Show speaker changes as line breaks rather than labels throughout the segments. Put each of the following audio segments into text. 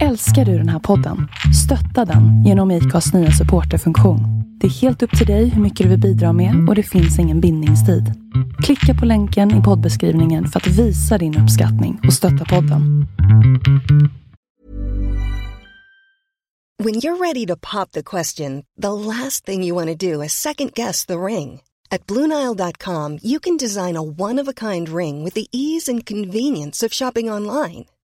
Älskar du den här podden? Stötta den genom IKAs nya supporterfunktion. Det är helt upp till dig hur mycket du vill bidra med och det finns ingen bindningstid. Klicka på länken i poddbeskrivningen för att visa din uppskattning och stötta podden.
When you're ready to pop the question, the last thing you want to do is second guess the ring. At Bluenile.com, you can design a one of a kind ring with the ease and convenience of shopping online.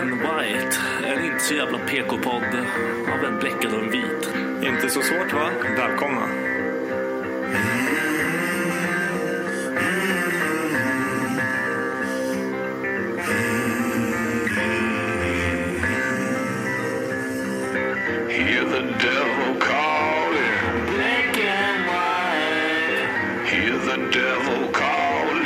and White. En inte så jävla PK-podd av en bläckad och en vit.
Inte så svårt va? Välkomna.
Hear the devil calling. Black and white. Hear the devil calling.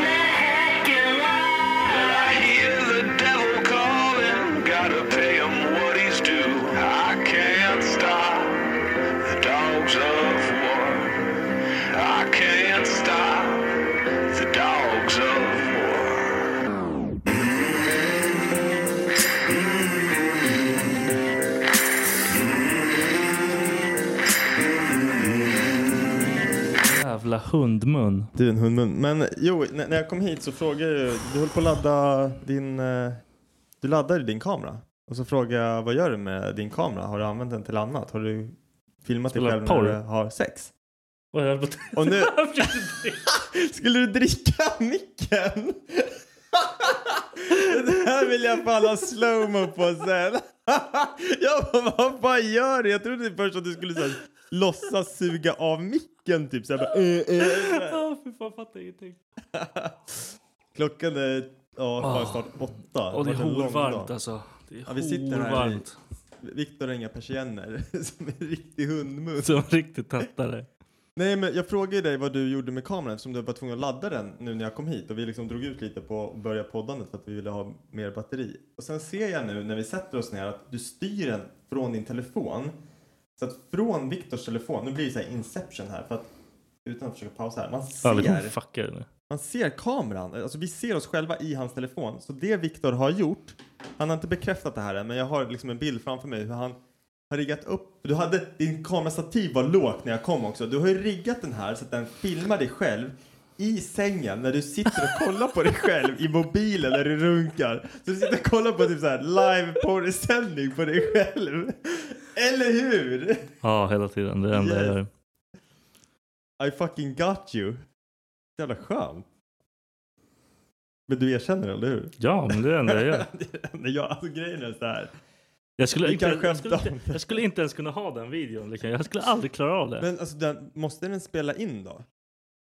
Black and white. I hear the devil calling. Gotta pay him what he's due. I can't stop the dogs of war. I can't stop the dogs of war.
Jävla hundmun.
Du är en hundmun. Men jo, när när jag kom hit så frågade jag ju- du höll på att ladda din, eh, du laddade din kamera. Och så frågade jag, vad gör du med din kamera? Har du använt den till annat? Har du filmat dig
Spelar
själv
porr.
när du har sex?
Vad är det?
Och nu-
Jag försökte dricka.
Skulle du dricka micken? Det här vill jag fan ha slowmo på sen. Jag bara, vad fan gör du? Jag trodde först att du skulle så här, låtsas suga av micken typ. Så jag bara, eh, eh, så här.
Ja, fy fan, fattar ingenting.
Klockan är ja, fan, snart åtta.
Ah. Och det är
har varit en lång
horvarmt
dag.
alltså. Det är
Ja, vi sitter här i-
horvarmt.
Viktor har inga persienner som en riktig hundmun.
Som riktigt tattare.
Nej men jag frågade ju dig vad du gjorde med kameran eftersom du var tvungen att ladda den nu när jag kom hit och vi liksom drog ut lite på att börja poddandet för att vi ville ha mer batteri. Och sen ser jag nu när vi sätter oss ner att du styr den från din telefon. Så att från Viktors telefon, nu blir det så här inception här för att utan att försöka pausa här, man
Ja, vi kommer
ser,
fucka det nu.
man ser kameran, alltså vi ser oss själva i hans telefon. Så det Viktor har gjort, han har inte bekräftat det här än men jag har liksom en bild framför mig hur han har riggat upp. Du hade, din kamerastativ var lågt när jag kom också. Du har ju riggat den här så att den filmar dig själv i sängen när du sitter och kollar på dig själv i mobilen när du runkar. Så du sitter och kollar på typ så här live porrsändning på dig själv. Eller hur?
Ja, hela tiden. Det är det enda jag
Yes.
gör.
I fucking got you. Jävla skönt. Men du erkänner eller hur?
Ja, men det är det enda jag gör.
Det är det enda jag, alltså grejen är så här.
Jag skulle,
Vi
inte,
kan skämta
jag, skulle
om
inte,
det.
jag skulle inte ens kunna ha den videon. liksom. Jag skulle aldrig klara av det.
Men alltså den, måste den spela in då?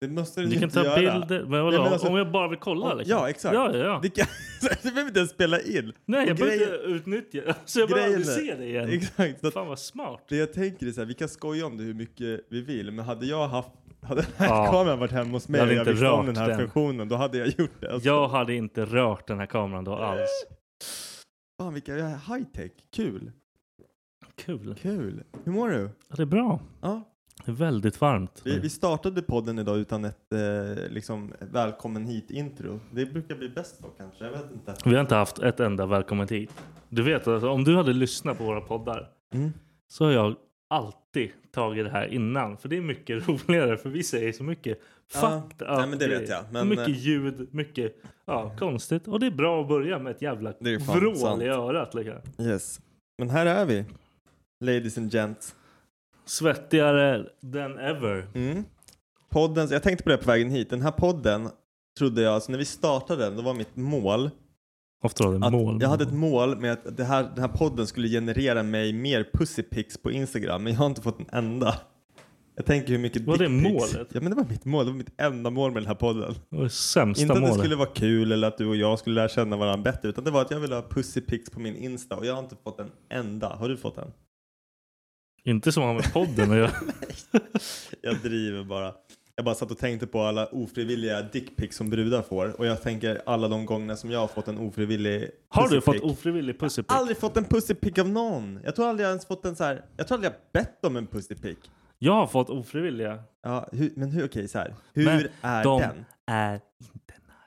Det måste den
du
ju
kan
inte
ta
göra.
bilder. Men vadå?
Nej, men alltså-
om jag bara vill kolla liksom.
Ja, exakt.
Ja, ja, ja.
Det kan, du behöver inte ens spela in.
Nej, jag
Och
behöver
grejen-
inte utnyttja. Så jag behöver
grejen
aldrig se
är-
det igen.
Exakt. Så att
Fan vad smart.
det jag tänker är så här, vi kan skoja om det hur mycket vi vill, men hade jag haft hade den här
Ja.
kameran varit hemma hos mig
Jag
och
hade
jag
inte
visste
rört
om den här
den.
funktionen, då hade jag gjort det. Alltså,
Jag hade inte rört den här kameran då alls.
Fan vilka, jag är high tech. Kul.
Kul.
Kul. Hur mår du?
Ja, Det är bra.
Ja.
Det är väldigt varmt.
Vi, vi startade podden idag utan ett eh, liksom, välkommen hit-intro. Det brukar bli bäst då kanske, jag vet inte.
Vi har inte haft ett enda välkommen hit. Du vet, alltså, om du hade lyssnat på våra poddar
Mm.
så har jag alltid tagit det här innan. För det är mycket roligare, för vi säger så mycket
Ja,
fucked
nej,
up
men det vet
grejer.
jag, men- eh, Mm.
mycket ljud, mycket ja, konstigt. Och det är bra att börja med ett jävla
Det är fan
vrål
sant.
i örat. Liksom.
Yes. Men här är vi, ladies and gents.
Svettigare than ever.
Mm. Podden, jag tänkte på det på vägen hit. Den här podden trodde jag, alltså när vi startade den, då var mitt mål
Ofta har det
att
mål.
Jag hade ett mål med att det här, den här podden skulle generera mig mer pussypics på Instagram, men jag har inte fått en enda. Jag tänker hur mycket
Var det
dickpics-
målet?
Ja men det var mitt mål, det var mitt enda mål med den här podden.
Det var det sämsta
inte att
målet.
det skulle vara kul eller att du och jag skulle lära känna varandra bättre, utan det var att jag ville ha pussypics på min Insta och jag har inte fått en enda. Har du fått en?
Inte som har med podden att göra.
Jag driver bara. Jag bara satt och tänkte på alla ofrivilliga dickpics som brudar får och jag tänker alla de gångerna som jag har fått en ofrivillig
Har du
pussypic.
fått ofrivillig pussypick?
aldrig fått en pussypick av någon. Jag tror aldrig jag ens fått en så här. Jag tror aldrig jag bett om en pussypick.
Jag har fått ofrivilliga.
Ja, hur, men hur, okej så här. Hur
Men
är
de-
den?
Är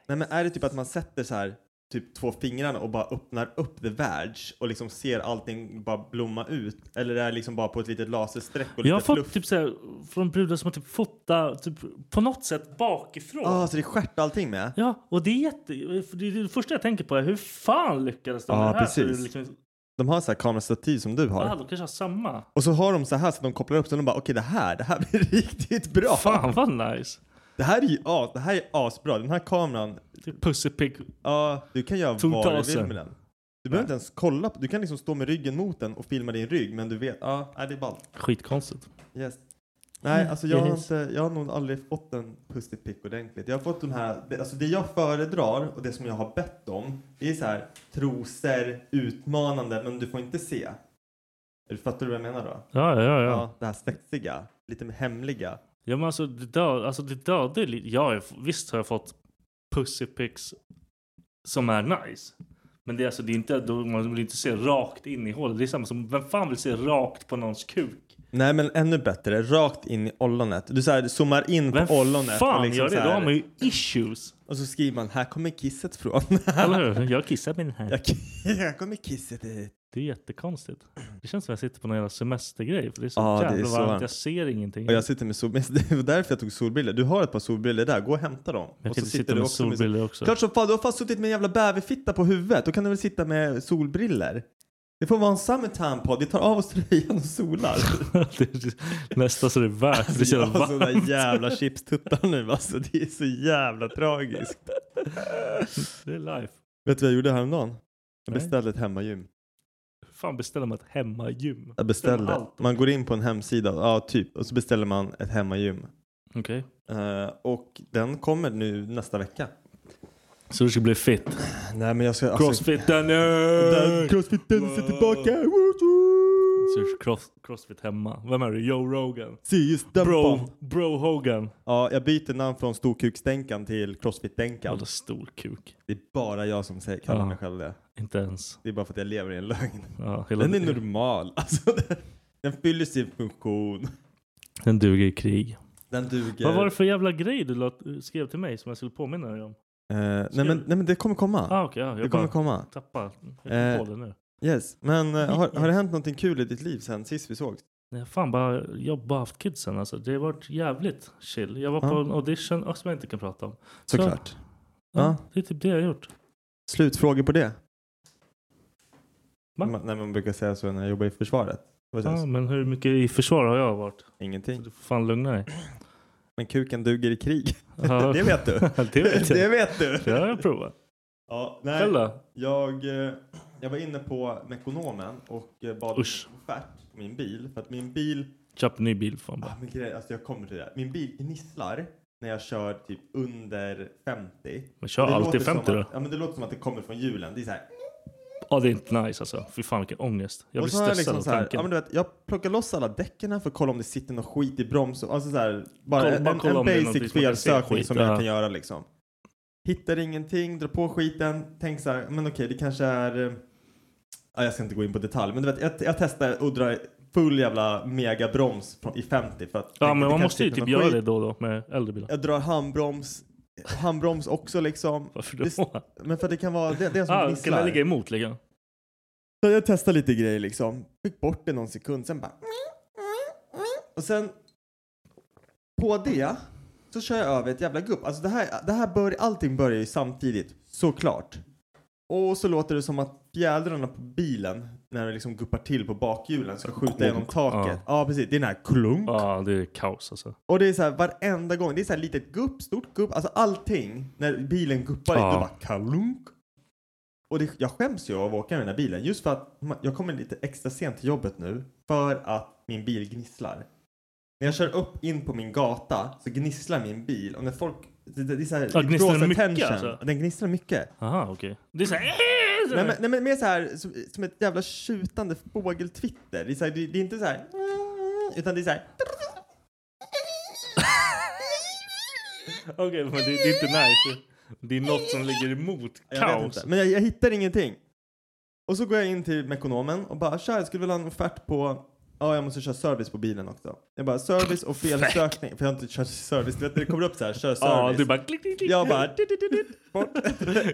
Nej men är det typ att man sätter så här typ två fingrarna och bara öppnar upp the verge och liksom ser allting bara blomma ut? Eller är det liksom bara på ett litet laserstreck och
Jag har
lite
fått
fluff?
typ såhär från brudar som har typ fotat typ, på något sätt bakifrån.
Ah, så det är stjärt allting med?
Ja, och det är jätte... för Det, det första jag tänker på är hur fan lyckades de
Ja,
med det här? Så
Ah, precis.
det är Liksom,
De har så här kamerastativ som du
ah,
har.
de kanske har samma.
Och så har de så här så att de kopplar upp så de bara okej det här, det här blir riktigt bra.
Fan vad nice.
Det här är ju as, det här är asbra. Den här kameran
Typ Pussypick.
Ja, du kan göra vad du
2000.
vill med den. Du behöver inte ens kolla. på- Du kan liksom stå med ryggen mot den och filma din rygg, men du vet. Ja, nej, det är ballt.
Skitkonstigt.
Yes. Nej, alltså jag har,
Yes.
inte, jag har nog aldrig fått en pussypick ordentligt. Jag har fått de här, det, alltså det jag föredrar och det som jag har bett om, det är så här trosor, utmanande, men du får inte se. Eller Fattar du vad jag menar då?
Ja, ja, ja.
Ja.
ja.
det här sexiga, lite hemliga.
ja men alltså det dödar alltså, det dödar ju lite. Jag har- visst har jag fått pussypicks som är nice. Men det är alltså det är inte, då- man vill inte se rakt in i hålet. Det är samma som, vem fan vill se rakt på någons kuk?
Nej, men ännu bättre, rakt in i ollonet. Du så här, zoomar in på
Vem
ollonet.
fan
och liksom
gör
så
det?
här-
Då har man ju issues.
Och så skriver man här kommer kisset från.
Eller hur? Jag kissar med den här.
jag, här kommer kisset hit.
Det är jättekonstigt. Det känns som jag sitter på någon jävla semestergrej. För det är så
Ja, det är
jävla
så
varmt.
varmt.
Jag ser ingenting.
Och jag sitter med solbrillor. Det var därför jag tog solbrillor. Du har ett par solbrillor där. Gå och hämta dem.
jag
och
kan inte sitta med solbrillor också.
Klart som fan. Du har fan suttit med en jävla bäverfitta på huvudet. Då kan du väl sitta med solbrillor. Det får vara en summertime-podd. Vi tar av oss tröjan och solar.
Det är Nästan så det är värt. det är så
jag
jävla
har sådana
varmt.
jävla chipstuttar nu. Alltså, det är så jävla tragiskt.
Det är life.
Vet du vad jag gjorde häromdagen? Jag
Nej.
beställde ett hemmagym.
Hur fan beställer man ett hemmagym?
Jag beställde.
Allt.
Man går in på en hemsida, ja typ, och så beställer man ett hemmagym.
Okej.
Eh, och den kommer nu nästa vecka.
Så du ska bli fit.
Nej men jag ska... alltså-
Crossfit den är...
den, crossfit är tillbaka! Woot,
Så
woot.
du ska cross, crossfit hemma. Vem är du? Joe Rogan?
Se just den
Bro,
bomb.
bro Hogan.
Ja, jag byter namn från storkukstänkan till crossfit-dänkan.
Jävla stor kuk.
Det är bara jag som säger, kallar
Ja.
mig själv det.
Inte ens.
Det är bara för att jag lever i en lögn.
Ja, hela
Den är normal. Alltså, den, den fyller sin funktion.
den duger i krig.
Den duger.
Vad var det för jävla grej du lät, skrev till mig som jag skulle påminna dig om?
Eh, nej, men, nej men det kommer komma.
Ah, okay, ja,
det
jag
kommer
bara
komma.
tappade jag
Eh.
kom på det nu.
Yes. Men eh, har, har det hänt någonting kul i ditt liv sen sist vi sågs?
Nej, jag fan bara, jag har bara haft kidsen alltså. Det har varit jävligt chill. Jag var på
Ja.
en audition och som jag inte kan prata om. Så-
Såklart.
Ja,
Ja.
Det är typ det jag har gjort.
Slutfrågor på det?
Va?
Man, nej, man brukar säga så när jag jobbar i försvaret. Vad sägs?
Ja, men hur mycket i försvar har jag varit?
Ingenting.
Du får fan lugna dig.
Men kuken duger i krig.
Ja.
det vet du.
det vet jag.
det vet du.
Det har jag provat.
Ja, nej,
Själv då?
jag, eh, jag var inne på Mekonomen och eh, bad om
Usch.
en offert på min bil. För att min bil,
Köpt en ny bil fan
ah,
bara.
min grej, alltså jag kommer till det. här. Min bil gnisslar när jag kör typ under 50.
Men kör alltid
låter som
50
att,
då.
Ja men det låter som att det kommer från hjulen. Det är så här.
Ja det är inte nice alltså. Fy fan vilken ångest. Jag
och
blir
så har jag
stressad
liksom
av
så här, ja,
tanken.
men du vet, jag plockar loss alla däcken här för att kolla om det sitter någon skit i bromsen. Alltså så här, bara
Kolla-
en,
bara kolla
en
om det är någonting
basic
som man kan se
felsökning
skit,
som
ja.
jag kan göra liksom. Hittar ingenting, drar på skiten, tänker så här, men okej det kanske är... eh, Ja, jag ska inte gå in på detalj, men du vet, jag, jag testar och drar full jävla megabroms från- i 50 för att...
Ja, men man
kanske
måste ju
sitter
typ
någon
göra
skit.
det då och då med äldre bilar.
Jag drar handbroms, handbroms också liksom.
Varför
Visst,
då?
Men för att det kan vara, det, det är som
Ah, kan man
gnisslar.
lägga emot liksom?
Så jag testade lite grejer liksom. Fick bort det någon sekund, sen bara... Och sen... På det så kör jag över ett jävla gupp. Alltså det här, det här bör, allting börjar ju samtidigt, såklart. Och så låter det som att fjädrarna på bilen, när det liksom guppar till på bakhjulen, ska skjuta genom taket. Ja, precis. Det är den här klunk.
Ja, det är kaos alltså.
Och det är så här varenda gång. Det är så här litet gupp, stort gupp. Alltså allting. När bilen guppar
Ja.
lite, då bara kalunk. Och det, jag skäms ju av att åka med den här bilen. Just för att man- jag kommer lite extra sent till jobbet nu. För att min bil gnisslar. När jag kör upp in på min gata så gnisslar min bil. Och när folk... Det, det, det är så här,
Ja,
det
gnisslar
blåser
den mycket,
tension.
alltså?
Den gnisslar mycket.
Aha, okej. Det är så här...
Nej men, nej, men mer så här som, som ett jävla tjutande fågeltwitter. Det är, så här, det, det är inte så här... Utan det är så här...
Okej, men det, det är inte nice. Det är något som ligger emot
Jag vet
kaos.
inte. Men jag, jag hittar ingenting. Och så går jag in till Mekonomen och bara tja, jag skulle vilja ha en offert på Ja, jag måste köra service på bilen också. Jag bara service och felsökning. För jag har inte kört service. Du vet, det kommer upp så här, kör service.
Ja, du bara klick, klick, klick.
Jag bara... dit, dit, dit, dit, Bort.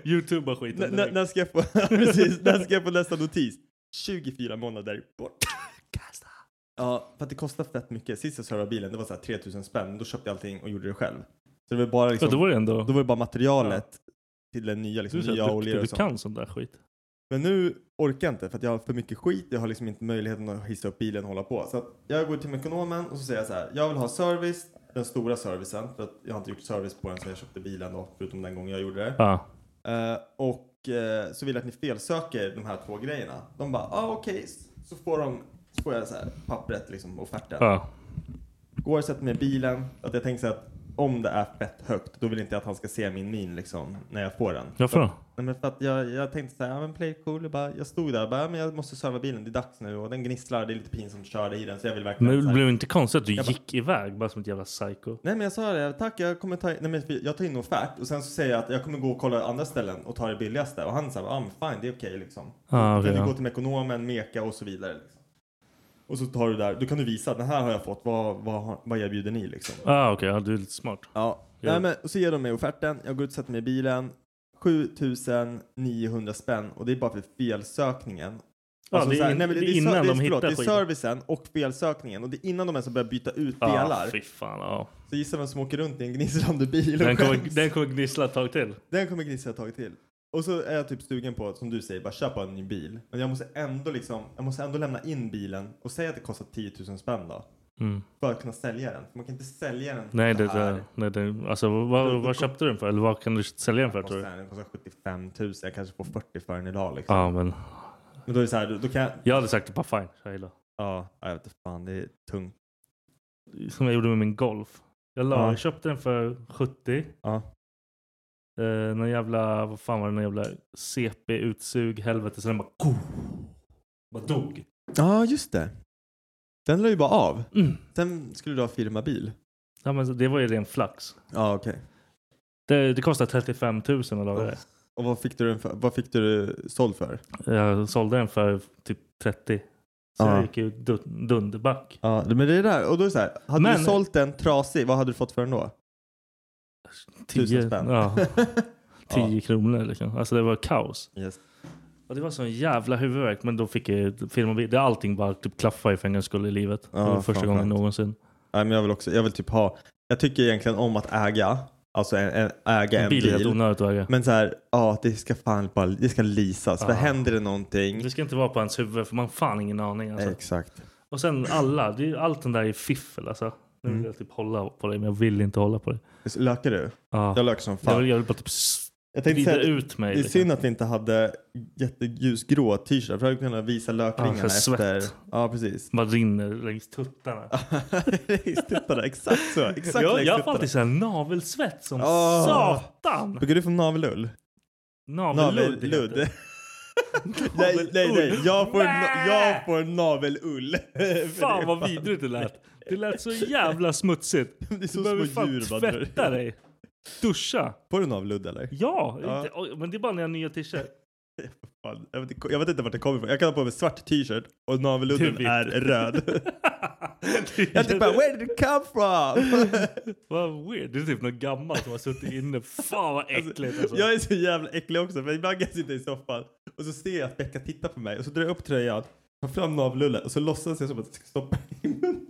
Youtuba skiten.
N- n- när, ska jag få, precis, när ska jag få nästa notis? 24 månader bort. Kasta. Ja, för att det kostar fett mycket. Sist jag servade bilen, det var så här 3000 spänn. Då köpte jag allting och gjorde det själv. Så det var bara
ja,
liksom...
då var det ändå...
Då var det bara materialet till den nya,
Du
liksom,
är så
nya
här duktig,
oljor
du
och sånt.
kan sån där skit.
Men nu orkar jag inte för att jag har för mycket skit. Jag har liksom inte möjligheten att hissa upp bilen och hålla på. Så att jag går till ekonomen och så säger jag så här. Jag vill ha service, den stora servicen. För att jag har inte gjort service på den sen jag köpte bilen då. Förutom den gången jag gjorde det.
Ja.
Eh, och eh, så vill jag att ni felsöker de här två grejerna. De bara, ah, okej. Så får de, så får jag så här pappret liksom, offerten.
Ja.
Går och sätter mig i bilen. Att jag tänker så här att om det är fett högt, då vill inte jag att han ska se min min liksom när jag får den.
Varför då?
Nej, men för att jag, jag tänkte så här, ja, men play it cool. Jag, bara, jag stod där och bara, ja, men jag måste serva bilen, det är dags nu och den gnisslar, det är lite pinsamt att köra i den så jag vill verkligen så
Men det
här,
blev inte konstigt att du
Jag bara-
gick iväg bara som ett jävla psycho?
Nej men jag sa det, tack jag kommer ta, nej, men jag tar in offert och sen så säger jag att jag kommer gå och kolla andra ställen och ta det billigaste och han sa, ja men fine det är okej liksom.
Ah, okej,
kan
ja.
du gå till ekonomen, meka och så vidare. Liksom. Och så tar du där, då kan du visa, den här har jag fått, vad, vad, har- vad erbjuder ni liksom?
Ah, okej. Ja, du är lite smart.
Ja.
Ja.
Nej, men, och så ger de mig offerten, jag går ut och sätter mig i bilen. 7900 spänn och det är bara för felsökningen.
Ja,
Alltså
det är
så här,
in-
nej, men
det är
ser-
innan
det är,
de
förlåt,
hittar
Det är
skiten.
servicen och felsökningen och det är innan de ens har börjat byta ut
Ja,
delar.
fy fan. Ja.
så gissa vem som åker runt i en gnisslande bil och
Den, kommer,
skäms.
den kommer gnissla ett tag till.
Den kommer gnissla ett tag till. Och så är jag typ stugen på, som du säger, bara köpa en ny bil. Men jag måste ändå liksom, jag måste ändå lämna in bilen och säga att det kostar 10 000 spänn då.
Mm.
För att kunna sälja den. För man kan inte sälja den
Nej,
så
det, det, nej det, alltså, vad, vad köpte du den för? Eller vad kan du sälja den för tror
kostar,
du?
den kostar 75 000, jag kanske får 40 för den idag liksom.
Ja, men
Men då är det så här, då, då kan jag...
jag hade sagt det bara fine. Jag gillar.
Ja, jag vet inte fan, det är tungt.
Som jag gjorde med min Golf. Jag, la,
Ja.
jag köpte den för 70.
Ja.
Eh, någon jävla, vad fan var det, någon jävla CP-utsug helvete. Sen den bara, ko, bara dog.
Ja, just det. Den la ju bara av.
Mm.
Sen skulle du ha firmabil.
Ja, men det var ju ren flax.
Ja, okej.
Det, det kostade 35 000 att laga det.
Och vad fick du den för? Vad fick du såld för?
Jag sålde den för typ 30. Så
Ja.
jag gick ju dun- dunderback.
Ja, men det är där. Och då är det så här, hade
Men-
du sålt den trasig, vad hade du fått för den då?
10
Tusen spänn.
Ja, 10
Ja.
kronor liksom. Alltså det var kaos.
Yes.
Och det var sån jävla huvudvärk. Men då fick jag firmabil. Det allting bara typ klaffade i för en gångs skull i livet.
Ja,
det var första
fan
gången
skönt.
någonsin.
Nej, men jag vill också, jag vill typ ha, jag tycker egentligen om att äga, alltså en, en, äga en
En bil är helt
bil.
onödigt att äga.
Men så här, ja, det ska fan bara, det ska leasas. För
Ja.
händer det någonting.
Det ska inte vara på ens huvud för man har fan ingen aning. Alltså.
Exakt.
Och sen alla, det är, ju- allt den där är fiffel alltså. Nu vill
Mm.
jag typ hålla på dig men jag vill inte hålla på dig.
Lökar du?
Ja.
Jag lökar som fan.
Jag vill, jag vill bara typ s-
Jag tänkte
vrida
säga, att
ut mig.
det är
liksom.
synd att vi inte hade jätteljusgrå t-shirtar för jag hade kunnat visa lökringarna
Ja, för svett.
efter. Ja, precis.
Man rinner längs tuttarna.
Racetuttarna, exakt så. Exakt
jag, jag får
racetuttarna.
alltid såhär navelsvett som
Åh.
satan.
Brukar du få navellull?
Navelludd. heter
Navelludd.
det.
nej, nej, nej. Jag får,
Nä!
jag får navelull. För det är
Fan vad vidrigt det lät. Det lät så jävla smutsigt.
Det är
Du
så
behöver
små
fan
djur. man drar i.
tvätta dig. Duscha.
Får du navelludd eller?
Ja,
Ja.
Inte, oj, men det är bara när jag har nya t-shirt.
Fan, Jag vet, jag vet inte vart det kommer ifrån. Jag kan ha på mig svart t-shirt och naveludden
Du vet.
är röd. jag typ bara, where did it come from?
Vad weird. Det är typ något gammalt som har suttit inne. Fan vad äckligt alltså.
Jag är så jävla äcklig också för ibland kan jag sitta i soffan och så ser jag att Becka tittar på mig och så drar jag upp tröjan, tar fram navelullen och så låtsas jag som att jag ska stoppa i munnen.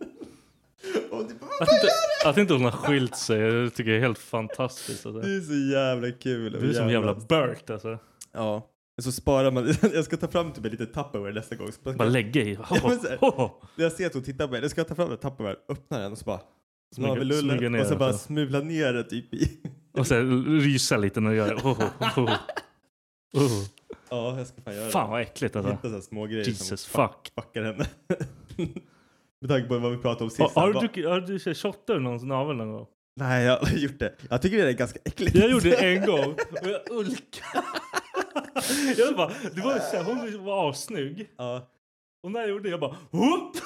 Och typ, "Vad
Att inte, att inte hon har skilt sig det tycker jag är helt fantastiskt. Alltså.
Det är så jävla kul. och
Du är som jävla Burt alltså.
Ja. Och så sparar man. Jag ska ta fram typ lite Tupperware nästa gång. Så
Bara lägga i.
Ja, men så här-
Ho, ho.
När jag ser att hon tittar på mig, då ska jag ta fram den Tupperware, öppna den och så bara
Smyga- smyga
navelullen
ner
och så
den,
bara
så.
smula ner det typ i.
Och sen rysa lite när du gör det. Ho, ho, ho, ho. Oh.
Ja, jag ska fan göra
Fan vad äckligt
det.
alltså.
Hitta sådana små grejer
Jesus
som
fuck.
fuckar henne. Med tanke på vad vi pratade om sist.
Har, har du
Va-
druckit, har du kört- shottat ur någons navel någon gång?
Nej, jag har aldrig gjort det. Jag tycker det är ganska äckligt.
Jag gjorde det en gång och jag ulkade. Jag bara, det var så här, hon var assnygg.
Ja.
Och när jag gjorde det, jag bara Whoop! Så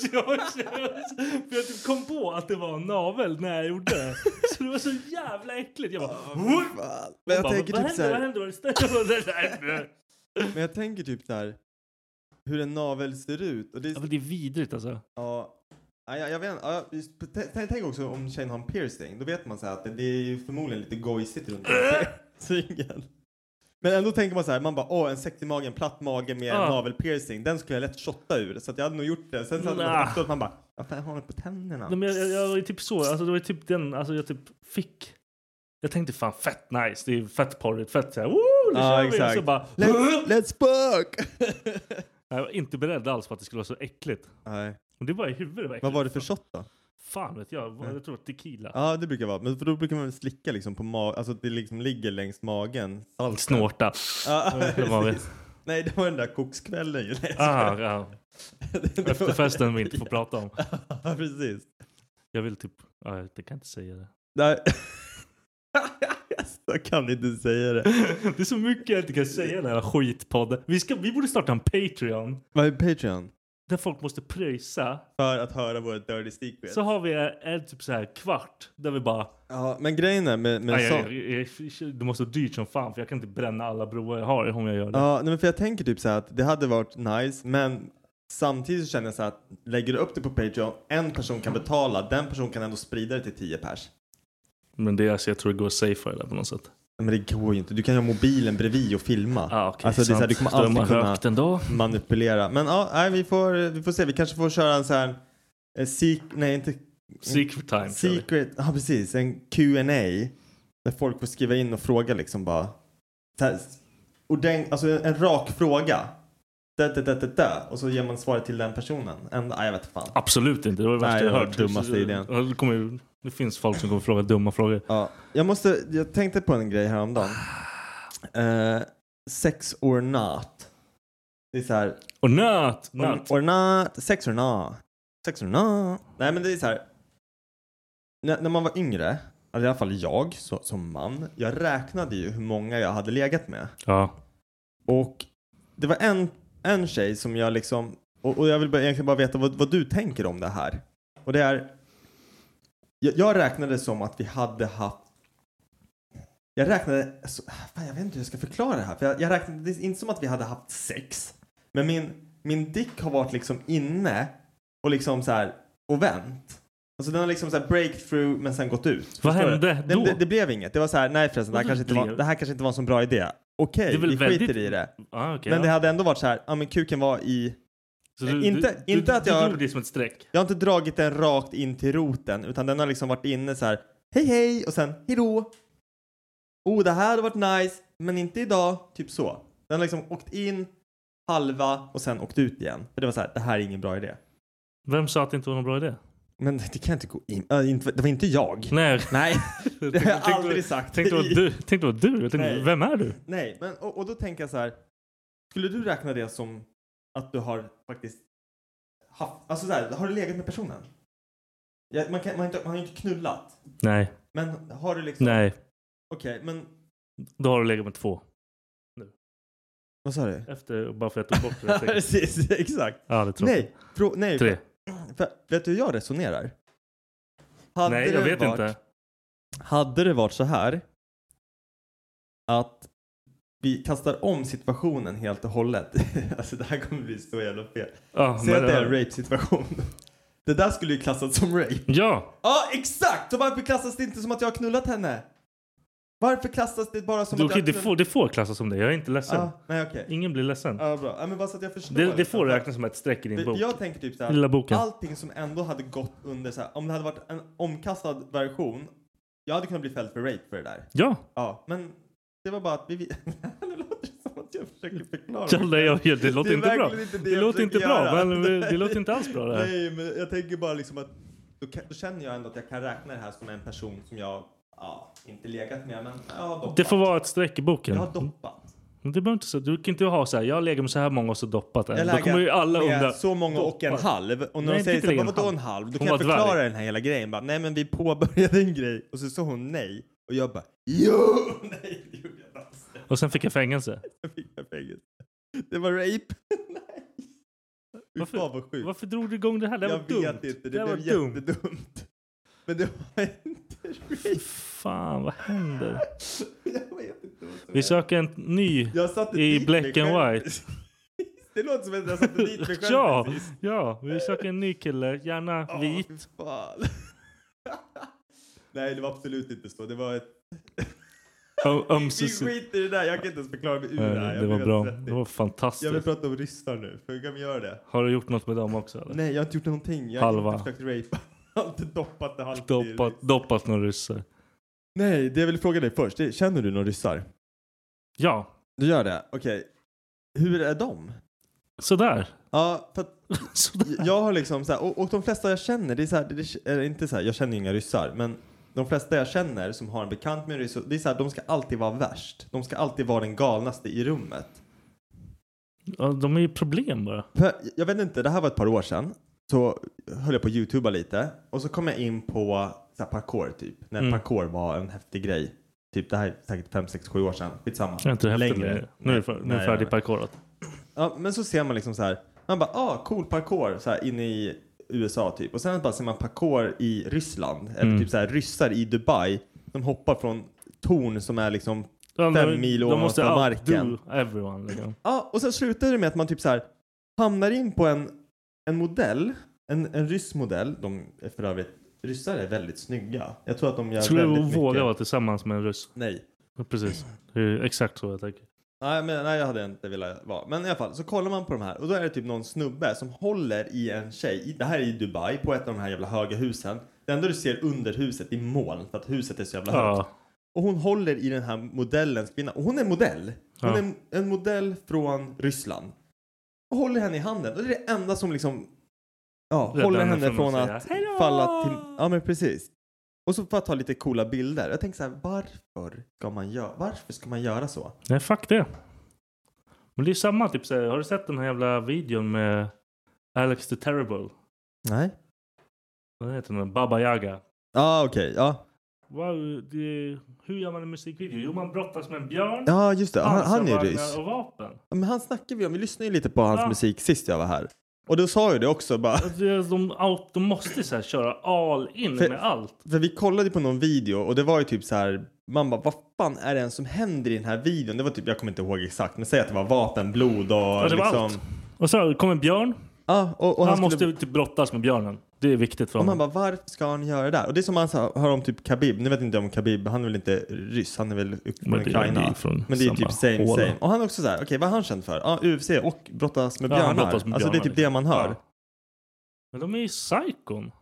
jag, för jag typ kom på att det var en navel när jag gjorde det. Så det var så jävla äckligt. Jag bara Whoop!
Fan. Men jag
bara,
tänker
vad
typ så
händer, vad
här,
händer, vad händer?
men jag tänker typ så här hur en navel ser ut. Och det är,
Ja, men det är vidrigt alltså.
ja, ja, jag, jag vet inte. ja, just- t- tänk, tänk också om tjejen har en piercing. Då vet man så här att det, det är ju förmodligen lite gojsigt runt piercingen. Men ändå tänker man så här, man bara åh en säck i magen, platt mage med
Ja.
en navelpiercing. Den skulle jag lätt shotta ur. Så att jag hade nog gjort det. Sen så hade man
Nah.
efteråt man bara, varför har man på tänderna?
Nej, men jag, jag, jag var ju typ så, alltså det var ju typ den, alltså jag typ fick. Jag tänkte fan fett nice, det är fett porrigt, fett såhär woo, nu
Ja,
kör vi! Och
exakt.
så bara
Let's, let's fuck!
Jag var inte beredd alls på att det skulle vara så äckligt.
Nej.
Men det var i huvudet var äckligt.
Vad var det för shot då?
Fan vet jag, vad- jag tror att tequila.
Ja, det brukar vara. Men för då brukar man väl slicka liksom på magen, alltså att det liksom ligger längs magen. Allt
Snorta.
Ja,
Det var väl-
precis. Nej, det var den där kokskvällen ju. Nej,
Ah, ja.
det var-
Efterfesten vi inte får prata om.
Ja, precis.
Jag vill typ... Ja, jag kan inte säga det.
Nej. Jag kan inte säga det.
Det är så mycket jag inte kan säga i den här skitpodden. Vi, ska, vi borde starta en Patreon.
Vad är Patreon?
Där folk måste pröjsa.
För att höra våra dirty secrets.
Så har vi en, en typ så här kvart. Där vi bara...
Ja, men grejen är med, med
Nej,
sånt.
jag, jag, jag, det måste vara dyrt som fan. För jag kan inte bränna alla broar jag har om jag gör det.
Ja, nej, men för jag tänker typ så här att det hade varit nice, men samtidigt så känner jag så här att lägger du upp det på Patreon, en person kan betala, den personen kan ändå sprida det till 10 pers.
Men det är alltså, jag tror det går safer där på något sätt.
Men det går ju inte, du kan ju ha mobilen bredvid och filma.
Ja, okej.
alltså det är så här,
sant.
du kommer
Då är man
alltid kunna
rökt ändå.
manipulera. Men ja, nej, vi, får, vi får se, vi kanske får köra en så här, eh, sec, nej inte
Secret time. kör vi.
secret, ja precis, en Q&A där folk får skriva in och fråga liksom bara. Så här, och den, alltså en, en rak fråga. Da, da, da, da, da, och så ger man svaret till den personen. En, nej, jag vet fan.
Absolut inte. Det var det
Nej,
värsta jag
det var
hört.
den dummaste idén.
Ja, Det, kommer, ju- det finns folk som kommer fråga dumma frågor.
Ja, jag måste, jag tänkte på en grej häromdagen. Eh, sex or not. Det är så här,
Och nöt!
Or,
Nöt!
or not, sex or not. Sex or not. Nej men det är så här. När, när man var yngre, eller i alla fall jag så, som man, jag räknade ju hur många jag hade legat med.
Ja.
Och det var en, en tjej som jag liksom, och, och jag vill bara, egentligen bara veta vad, vad du tänker om det här. Och det är, jag, jag räknade som att vi hade haft jag räknade, alltså, fan, jag vet inte hur jag ska förklara det här. För jag, jag räknade det är inte som att vi hade haft sex. Men min, min dick har varit liksom inne och liksom så här och vänt. Alltså den har liksom så här breakthrough men sen gått ut.
Vad
Förstår du?
hände
Nej, men
då?
Det, det blev inget. Det var så här, nej förresten, det här,
Vadå
kanske inte var,
blev?
det här kanske inte var en så bra idé. Okej,
Det är väl
vi
väldigt-
skiter i det.
Ah, okay,
Men
ja.
det hade ändå varit så här, ja men kuken var i,
Så
inte-
du,
inte
du,
att jag
Du
har-
drog det som ett streck.
jag har inte dragit den rakt in till roten utan den har liksom varit inne så här, hej hej och sen hejdå. Oh det här hade varit nice men inte idag, typ så. Den har liksom åkt in halva och sen åkt ut igen. För det var så här, det här är ingen bra idé.
Vem sa att det inte var någon bra idé?
Men det kan jag inte gå in, äh, inte, det var inte jag.
Nej.
Nej,
jag
det har jag
tänkte-
aldrig sagt.
Tänkte det var du. Tänkte det var du. Jag tänkte,
Nej.
vem är du?
Nej, men och, och då tänker jag så här. Skulle du räkna det som att du har faktiskt haft, alltså så här, har du legat med personen? Ja, man, kan, man, har inte, man har ju inte knullat,
Nej.
men har du liksom?
Nej.
Okej, men
Då har du legat med två.
vad sa du?
Efter, bara för att jag tog bort det. där strecket.
Precis, exakt.
Ja, det tror jag.
Nej, frå, nej.
Tre.
För, vet du hur jag resonerar? Hade
Nej, jag
det
vet
varit,
inte.
Hade det varit så här att vi kastar om situationen helt och hållet. alltså det här kommer bli så jävla fel.
Ja,
Säg att
men- eh,
det är en rape-situation. Det där skulle ju klassas som rape.
Ja,
Ja, exakt! Och varför klassas det inte som att jag har knullat henne? Varför klassas det bara som
det,
att
okej,
jag
det, får, det får klassas som det. Jag är inte ledsen.
Ja, nej okej.
alltså. Ingen blir ledsen.
Ja, bra. Ja, men bara så att jag förstår.
det, det
liksom.
får räknas som ett streck i din
Det-
bok.
Jag tänker typ såhär,
Lilla boken.
allting som ändå hade gått under såhär, om det hade varit en omkastad version, jag hade kunnat bli fälld för rape för det där.
Ja,
Ja, men det var bara att vi... det låter som att jag försöker förklara.
ja nej, jag, jag, det låter
är
inte bra.
verkligen inte det
Det
jag
låter inte
försöker
bra,
göra.
men det det låter inte alls bra det här.
Nej, men jag tänker bara liksom att då, kan, då känner jag ändå att jag kan räkna det här som en person som jag, ja, inte legat med, men jag har doppat.
Det får vara ett streck i boken.
Jag har doppat.
Men Det behöver inte så. Du kan inte ha så här, jag har legat med så här många och så doppat
Jag
en. Då
lägger
kommer ju alla
med
undra.
så många och en
Doppa.
halv. Och när
Nej,
de säger
inte
så här,
en
vadå
halv?"
en halv? Då kan
Hon
jag
var dvärg.
förklara den här hela grejen. Bara, nej men vi påbörjade en grej. Och så sa hon nej. Och jag bara, jo! Nej, det gjorde jag inte.
Och sen fick jag fängelse.
Jag fick jag fängelse. Det var rape. nej. Fy
Varför-
fan vad sjukt.
Varför drog du igång det här? Det här
jag
var dumt.
vet inte, det,
här
blev
var dumt.
jättedumt. Men det var inte rape.
Fan, vad händer?
Jag vet inte vad som
Vi söker en ny.
Jag satte
I
dit
black
mig
and
själv.
white.
Det låter som att jag satte dit mig själv
Ja,
precis.
ja, vi söker en ny kille. Gärna
Ja, fy
vit.
fan. Nej, det var absolut inte så. Det var ett...
Ö-
Vi
Ömsesidigt.
skiter i det där. Jag kan inte ens förklara mig ur det här.
Nej,
Jag
Eh, Det var
blev
bra.
helt svettig.
Det var
Jag vill
fantastiskt.
prata om ryssar nu. För kan vi göra det?
Har du gjort något med dem också? Eller?
Nej, jag har inte gjort någonting. Jag har
Halva.
inte försökt rapa. Jag har inte doppat det halvt i
Doppat,
ryss.
doppat några ryssar?
Nej, det jag vill fråga dig först. Det, känner du några ryssar?
Ja,
Du gör det? Okej. Hur är de?
sådär.
Ja, för att
sådär.
Jag har liksom så här, och, och de flesta jag känner, det är så här, det är inte så här, jag känner ju inga ryssar, men de flesta jag känner som har en bekant med en ryss, det är så här, de ska alltid vara värst. De ska alltid vara den galnaste i rummet.
Ja, de är ju problem bara.
För, jag vet inte, det här var ett par år sedan. Så höll jag på att youtuba lite och så kom jag in på så här, parkour typ. När
Mm.
parkour var en häftig grej. Typ det här är säkert 5, 6, 7 år sedan. Skitsamma.
Jag är inte häftigt längre. Nu är det för- nu är det
Nej, nej, nej.
färdigparkourat.
Ja, men så ser man liksom så här. Man bara, ah, cool parkour så här inne i USA typ. Och sen bara ser man parkour i Ryssland. Eller
Mm.
typ så här ryssar i Dubai. De hoppar från torn som är liksom,
De-
Fem
de-
mil
de måste
ovanför
outdo
marken.
everyone. Liksom.
ja. Ah, och sen slutar det med att man typ så här hamnar in på en, en modell. En, en rysk modell. De är för övrigt, ryssar är väldigt snygga. Jag tror att de gör
Skulle du
väldigt
våga
mycket.
vara tillsammans med en ryss?
Nej.
Precis. Det är exakt så jag tänker.
Nej, men, nej, jag hade inte velat vara. Men i alla fall så kollar man på de här och då är det typ någon snubbe som håller i en tjej. i- Det här är i Dubai på ett av de här jävla höga husen. Det enda du ser under huset är moln för att huset är så jävla högt.
Ja.
Och hon håller i den här modellens kvinna. Och hon är modell. Hon
Ja.
är en, en modell från Ryssland. Och håller henne i handen. Och det är det enda som liksom ja,
Räddar
håller
henne
henne
från
från
att
att
säga, "Hej då!"
falla till... Ja men precis. Och så för att ta lite coola bilder. Jag tänker så här, varför ska man göra, varför ska man göra så?
Nej, fuck det. Men det är ju samma typ så här, Har du sett den här jävla videon med Alex the Terrible?
Nej.
Vad heter den? Baba Yaga.
Ja ah, okej, ja.
Wow, det, hur gör man en musikvideo? Jo, man brottas med en björn.
Ja just det, han, han är ju
pansarvagnar
ryss.
Och vapen.
Ja, Men han snackade vi om, vi lyssnade ju lite på hans
Ja.
musik sist jag var här. Och då sa ju det också bara.
Alltså, det är- de, out- de måste så här, köra all in
För-
med allt.
För vi kollade på någon video och det var ju typ så här. Man bara, vad fan är det ens som händer i den här videon? Det var typ, jag kommer inte ihåg exakt, men säg att det var vapen, blod och
Ja, det var
liksom.
allt. Och så kom en björn.
Ja, och, och
han
han, skulle,
måste typ brottas med björnen. Det är viktigt för
Och
honom.
man bara, varför ska han göra det där? Och det är som man sa- hör om typ Khabib. Nu vet inte jag om Khabib, han är väl inte ryss, han är väl
Men
från
det är-
Ukraina.
det är från
Men det är
samma
typ same
håla.
same. Och han är också så här, okej vad är han känd för? Ja, UFC och brottas med
Ja,
björnar.
han brottas med liksom.
alltså det är
björnar,
typ det man hör.
Ja. Men de är ju psykon.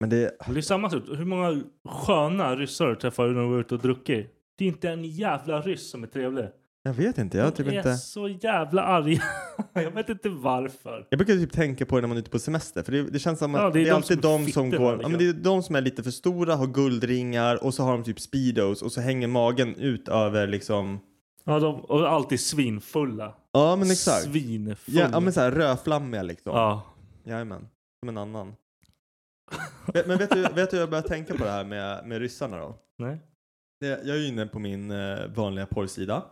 Men det,
Men Det är samma sak. Hur många sköna ryssar du träffar när du var ute och druckit? Det är inte en jävla ryss som är trevlig.
jag vet inte, jag har typ
de är
inte.
så jävla arga. jag vet inte varför.
Jag brukar typ tänka på det när man är ute på semester. För det, det känns som att
Ja,
det, är
de
alltid
som är
de som
fittorna,
går... Ja,
liksom.
men det är de som är lite för stora, har guldringar och så har de typ speedos och så hänger magen ut över liksom...
Ja, de, och alltid svinfulla.
Ja men exakt.
Svinfulla.
Ja, ja men såhär rödflammiga liksom.
Ja.
Jajamän. Som en annan. Vet- men vet du, vet du hur jag börjar tänka på det här med, med ryssarna då?
Nej.
Det, jag är ju inne på min eh, vanliga porrsida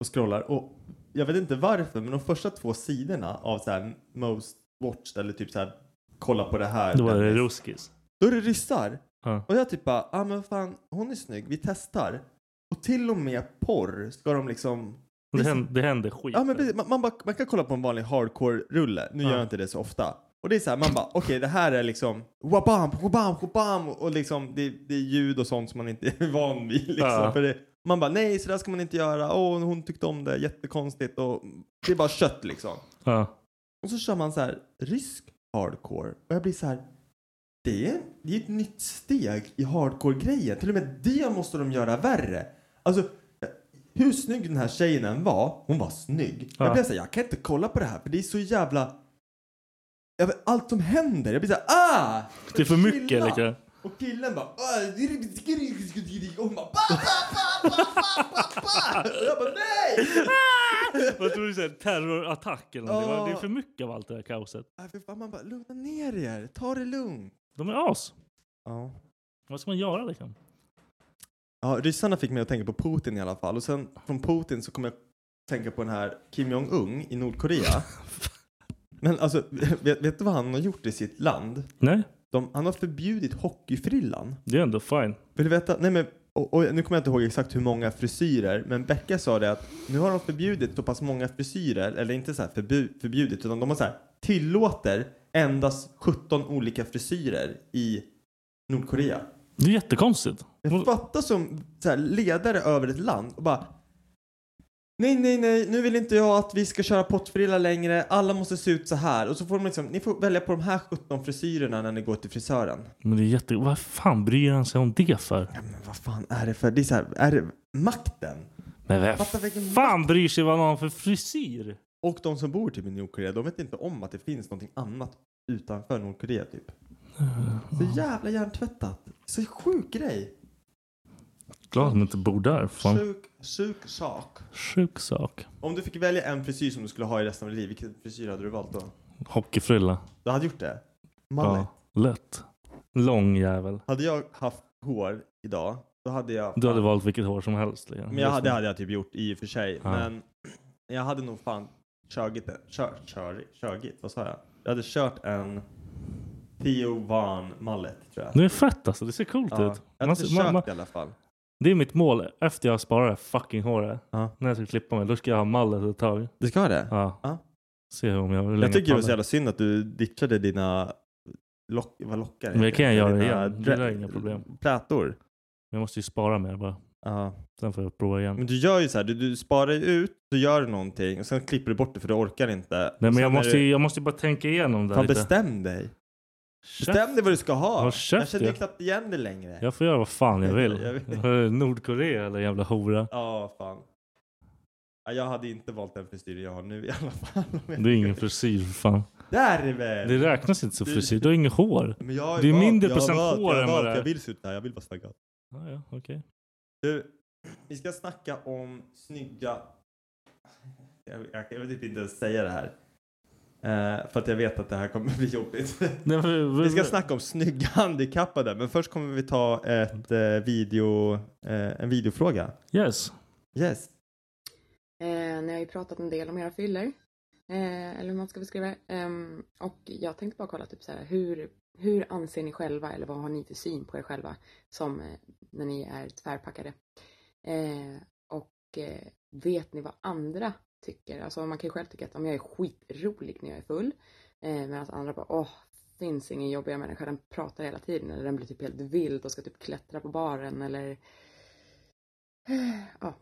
och scrollar och jag vet inte varför men de första två sidorna av så här most watched eller typ så här kolla på det här.
Då var det
Dennis.
ruskis.
Då är det ryssar.
Ja.
Och jag typ bara, ah men fan, hon är snygg, vi testar. Och till och med porr ska de liksom
Det händer, det händer skit.
Ja, men precis. Man, man, bara, man kan kolla på en vanlig hardcore-rulle. Nu gör jag inte det så ofta. Och det är så här, man bara, okej det här är liksom wabam, wabam, wabam och liksom det, det är ljud och sånt som man inte är van vid. Liksom.
Ja.
För det, man bara, nej så där ska man inte göra. Åh, hon tyckte om det, jättekonstigt och det är bara kött liksom.
Ja.
Och så kör man så här rysk hardcore och jag blir så här, det är, det är ett nytt steg i hardcore-grejen. Till och med det måste de göra värre. Alltså, hur snygg den här tjejen än var, hon var snygg.
Ja.
Jag blev så här, jag kan inte kolla på det här för det är så jävla... Jag vet, allt som händer, jag blir så här, ah!
Det är för mycket.
Chilla.
Liksom.
Och killen bara... "Ah, Och hon bara... Ba, ba, ba, ba, ba, ba." Och jag bara nej!
Vad tror du? så här, Terrorattack eller någonting? va?
Ja.
Det är för mycket av allt det här kaoset.
Ah, fy fan, Man bara lugna ner er, ta det lugnt.
De är as.
Ja.
Vad ska man göra liksom?
Ja, ryssarna fick mig att tänka på Putin i alla fall. Och sen från Putin så kom jag att tänka på den här Kim Jong-Un i Nordkorea. Men alltså, vet, vet du vad han har gjort i sitt land?
Nej,
De, han har förbjudit hockeyfrillan.
det är ändå fine.
Vill du veta? Nej, men, och, och, nu kommer jag inte ihåg exakt hur många frisyrer, men Becka sa det att nu har de förbjudit så pass många frisyrer, eller inte så här förbu, förbjudit, utan de har så här tillåter endast 17 olika frisyrer i Nordkorea.
Det är jättekonstigt.
Men fatta som så här, ledare över ett land och bara Nej, nej, nej, nu vill inte jag att vi ska köra pottfrilla längre. Alla måste se ut så här. Och så får de liksom, ni får välja på de här 17 frisyrerna när ni går till frisören.
Men det är jätte... Vad fan bryr han sig om det för?
Ja, men vad fan är det för, det är så här, är det makten?
Men vem
Fattar vilken
fan bryr sig vad någon har för frisyr?
Och de som bor typ i Nordkorea, de vet inte om att det finns någonting annat utanför Nordkorea typ. Så jävla hjärntvättat. Så sjuk grej.
Glad att de inte bor där. Fan.
Sjuk, sjuk sak.
Sjuk sak.
Om du fick välja en frisyr som du skulle ha i resten av ditt liv, vilken frisyr hade du valt då?
Hockeyfrilla.
Du hade gjort det? Malle.
Ja, lätt. Lång jävel.
Hade jag haft hår idag, då hade jag...
Du hade valt vilket hår som helst. Liksom.
Men jag hade, det hade jag typ gjort i och för sig.
Ja.
Men jag hade nog fan körgit en... Kör, kör, körgit? Vad sa jag? Jag hade kört en Theo Van Mallet tror jag.
Det är fett alltså. Det ser coolt
Ja,
ut.
jag
Man-
hade försökt
man- man-
i alla fall.
det är mitt mål. Efter jag sparar det här fucking håret.
Ja.
När jag ska klippa mig. Då ska jag ha mallet ett tag.
Du ska ha det?
Ja.
Ja.
Se om jag hur länge
jag tycker det var så
pallar.
jävla synd att du ditchade dina lock, vad lockar
Men jag kan
heter?
göra det
Dina
igen. Det
drä-
där är inga problem.
Plätor.
Jag måste ju spara mer bara.
Ja.
Sen får jag prova igen.
Men du gör ju så här, du, du sparar ju ut, du gör någonting och sen klipper du bort det för du orkar inte.
Nej,
Och
men
sen
jag
är
måste,
du,
ju, jag måste ju bara tänka igenom det
Fan
lite.
bestäm dig.
Käft.
Bestäm dig vad du ska ha.
Ja, käft,
jag känner ju
ja.
knappt igen det längre. Ja,
Jag får göra vad fan jag vill.
Jag vet.
Eh, Nordkorea eller jävla hora.
fan. Ja, jag hade inte valt den frisyr jag har nu i alla fall.
Det är ingen frisyr för fan.
Där är väl!
Det räknas inte som frisyr. Du har inget hår.
Men jag har
det är
ju valt-
mindre
jag har
procent
valt-
hår
jag
än
har valt,
vad det är.
Jag vill se ut där, jag vill vara snaggad.
Ja, ja, okej.
Du, vi ska snacka om snygga... Jag, jag, jag vill typ inte ens säga det här. Eh, för att jag vet att det här kommer bli jobbigt.
Nej, men-
vi ska snacka om snygga handikappade, men först kommer vi ta ett, eh, video, eh, en videofråga.
Yes.
Yes.
Eh, ni har ju pratat en del om era fyller. Eh, eller hur man ska beskriva det. Ehm, och jag tänkte bara kolla typ så här, hur, hur anser ni själva eller vad har ni för syn på er själva som eh, när ni är tvärpackade? Eh, och eh, vet ni vad andra tycker? Alltså man kan ju själv tycka att om jag är skitrolig när jag är full eh, medan andra bara åh, finns ingen jobbigare människa, den pratar hela tiden eller den blir typ helt vild och ska typ klättra på baren eller ja,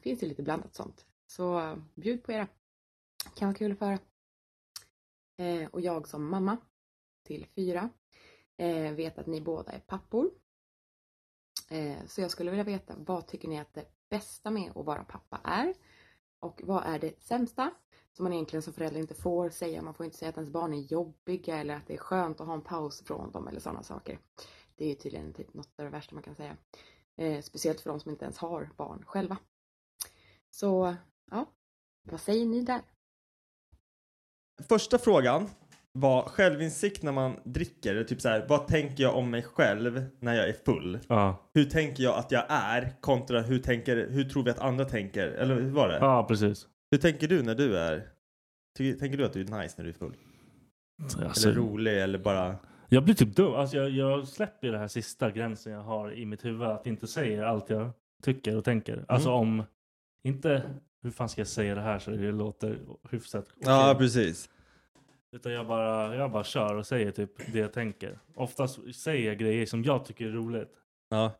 finns ju lite blandat sånt. Så eh, bjud på era. Kan vara kul att få höra. Eh, och jag som mamma till fyra eh, vet att ni båda är pappor. Eh, så jag skulle vilja veta vad tycker ni att det bästa med att vara pappa är? Och vad är det sämsta? Som man egentligen som förälder inte får säga. Man får inte säga att ens barn är jobbiga eller att det är skönt att ha en paus från dem eller sådana saker. Det är ju tydligen typ något av det värsta man kan säga. Eh, speciellt för de som inte ens har barn själva. Så ja, vad säger ni där?
Första frågan var självinsikt när man dricker. Typ så här, vad tänker jag om mig själv när jag är full?
Ja,
Hur tänker jag att jag är kontra hur, tänker, hur tror vi att andra tänker? Eller hur var det?
ja precis.
Hur tänker du när du är? Ty- Tänker du att du är nice när du är full?
Alltså,
Eller rolig eller bara...
jag blir typ dum. Alltså, jag, jag släpper den här
Mm.
sista gränsen jag har i mitt huvud. Att inte säga allt jag tycker och tänker. Alltså om Inte hur fan ska jag säga det här så det låter hyfsat okej.
Ja, precis.
Utan jag bara, jag bara kör och säger typ det jag tänker. Oftast säger jag grejer som jag tycker är roligt.
Ja.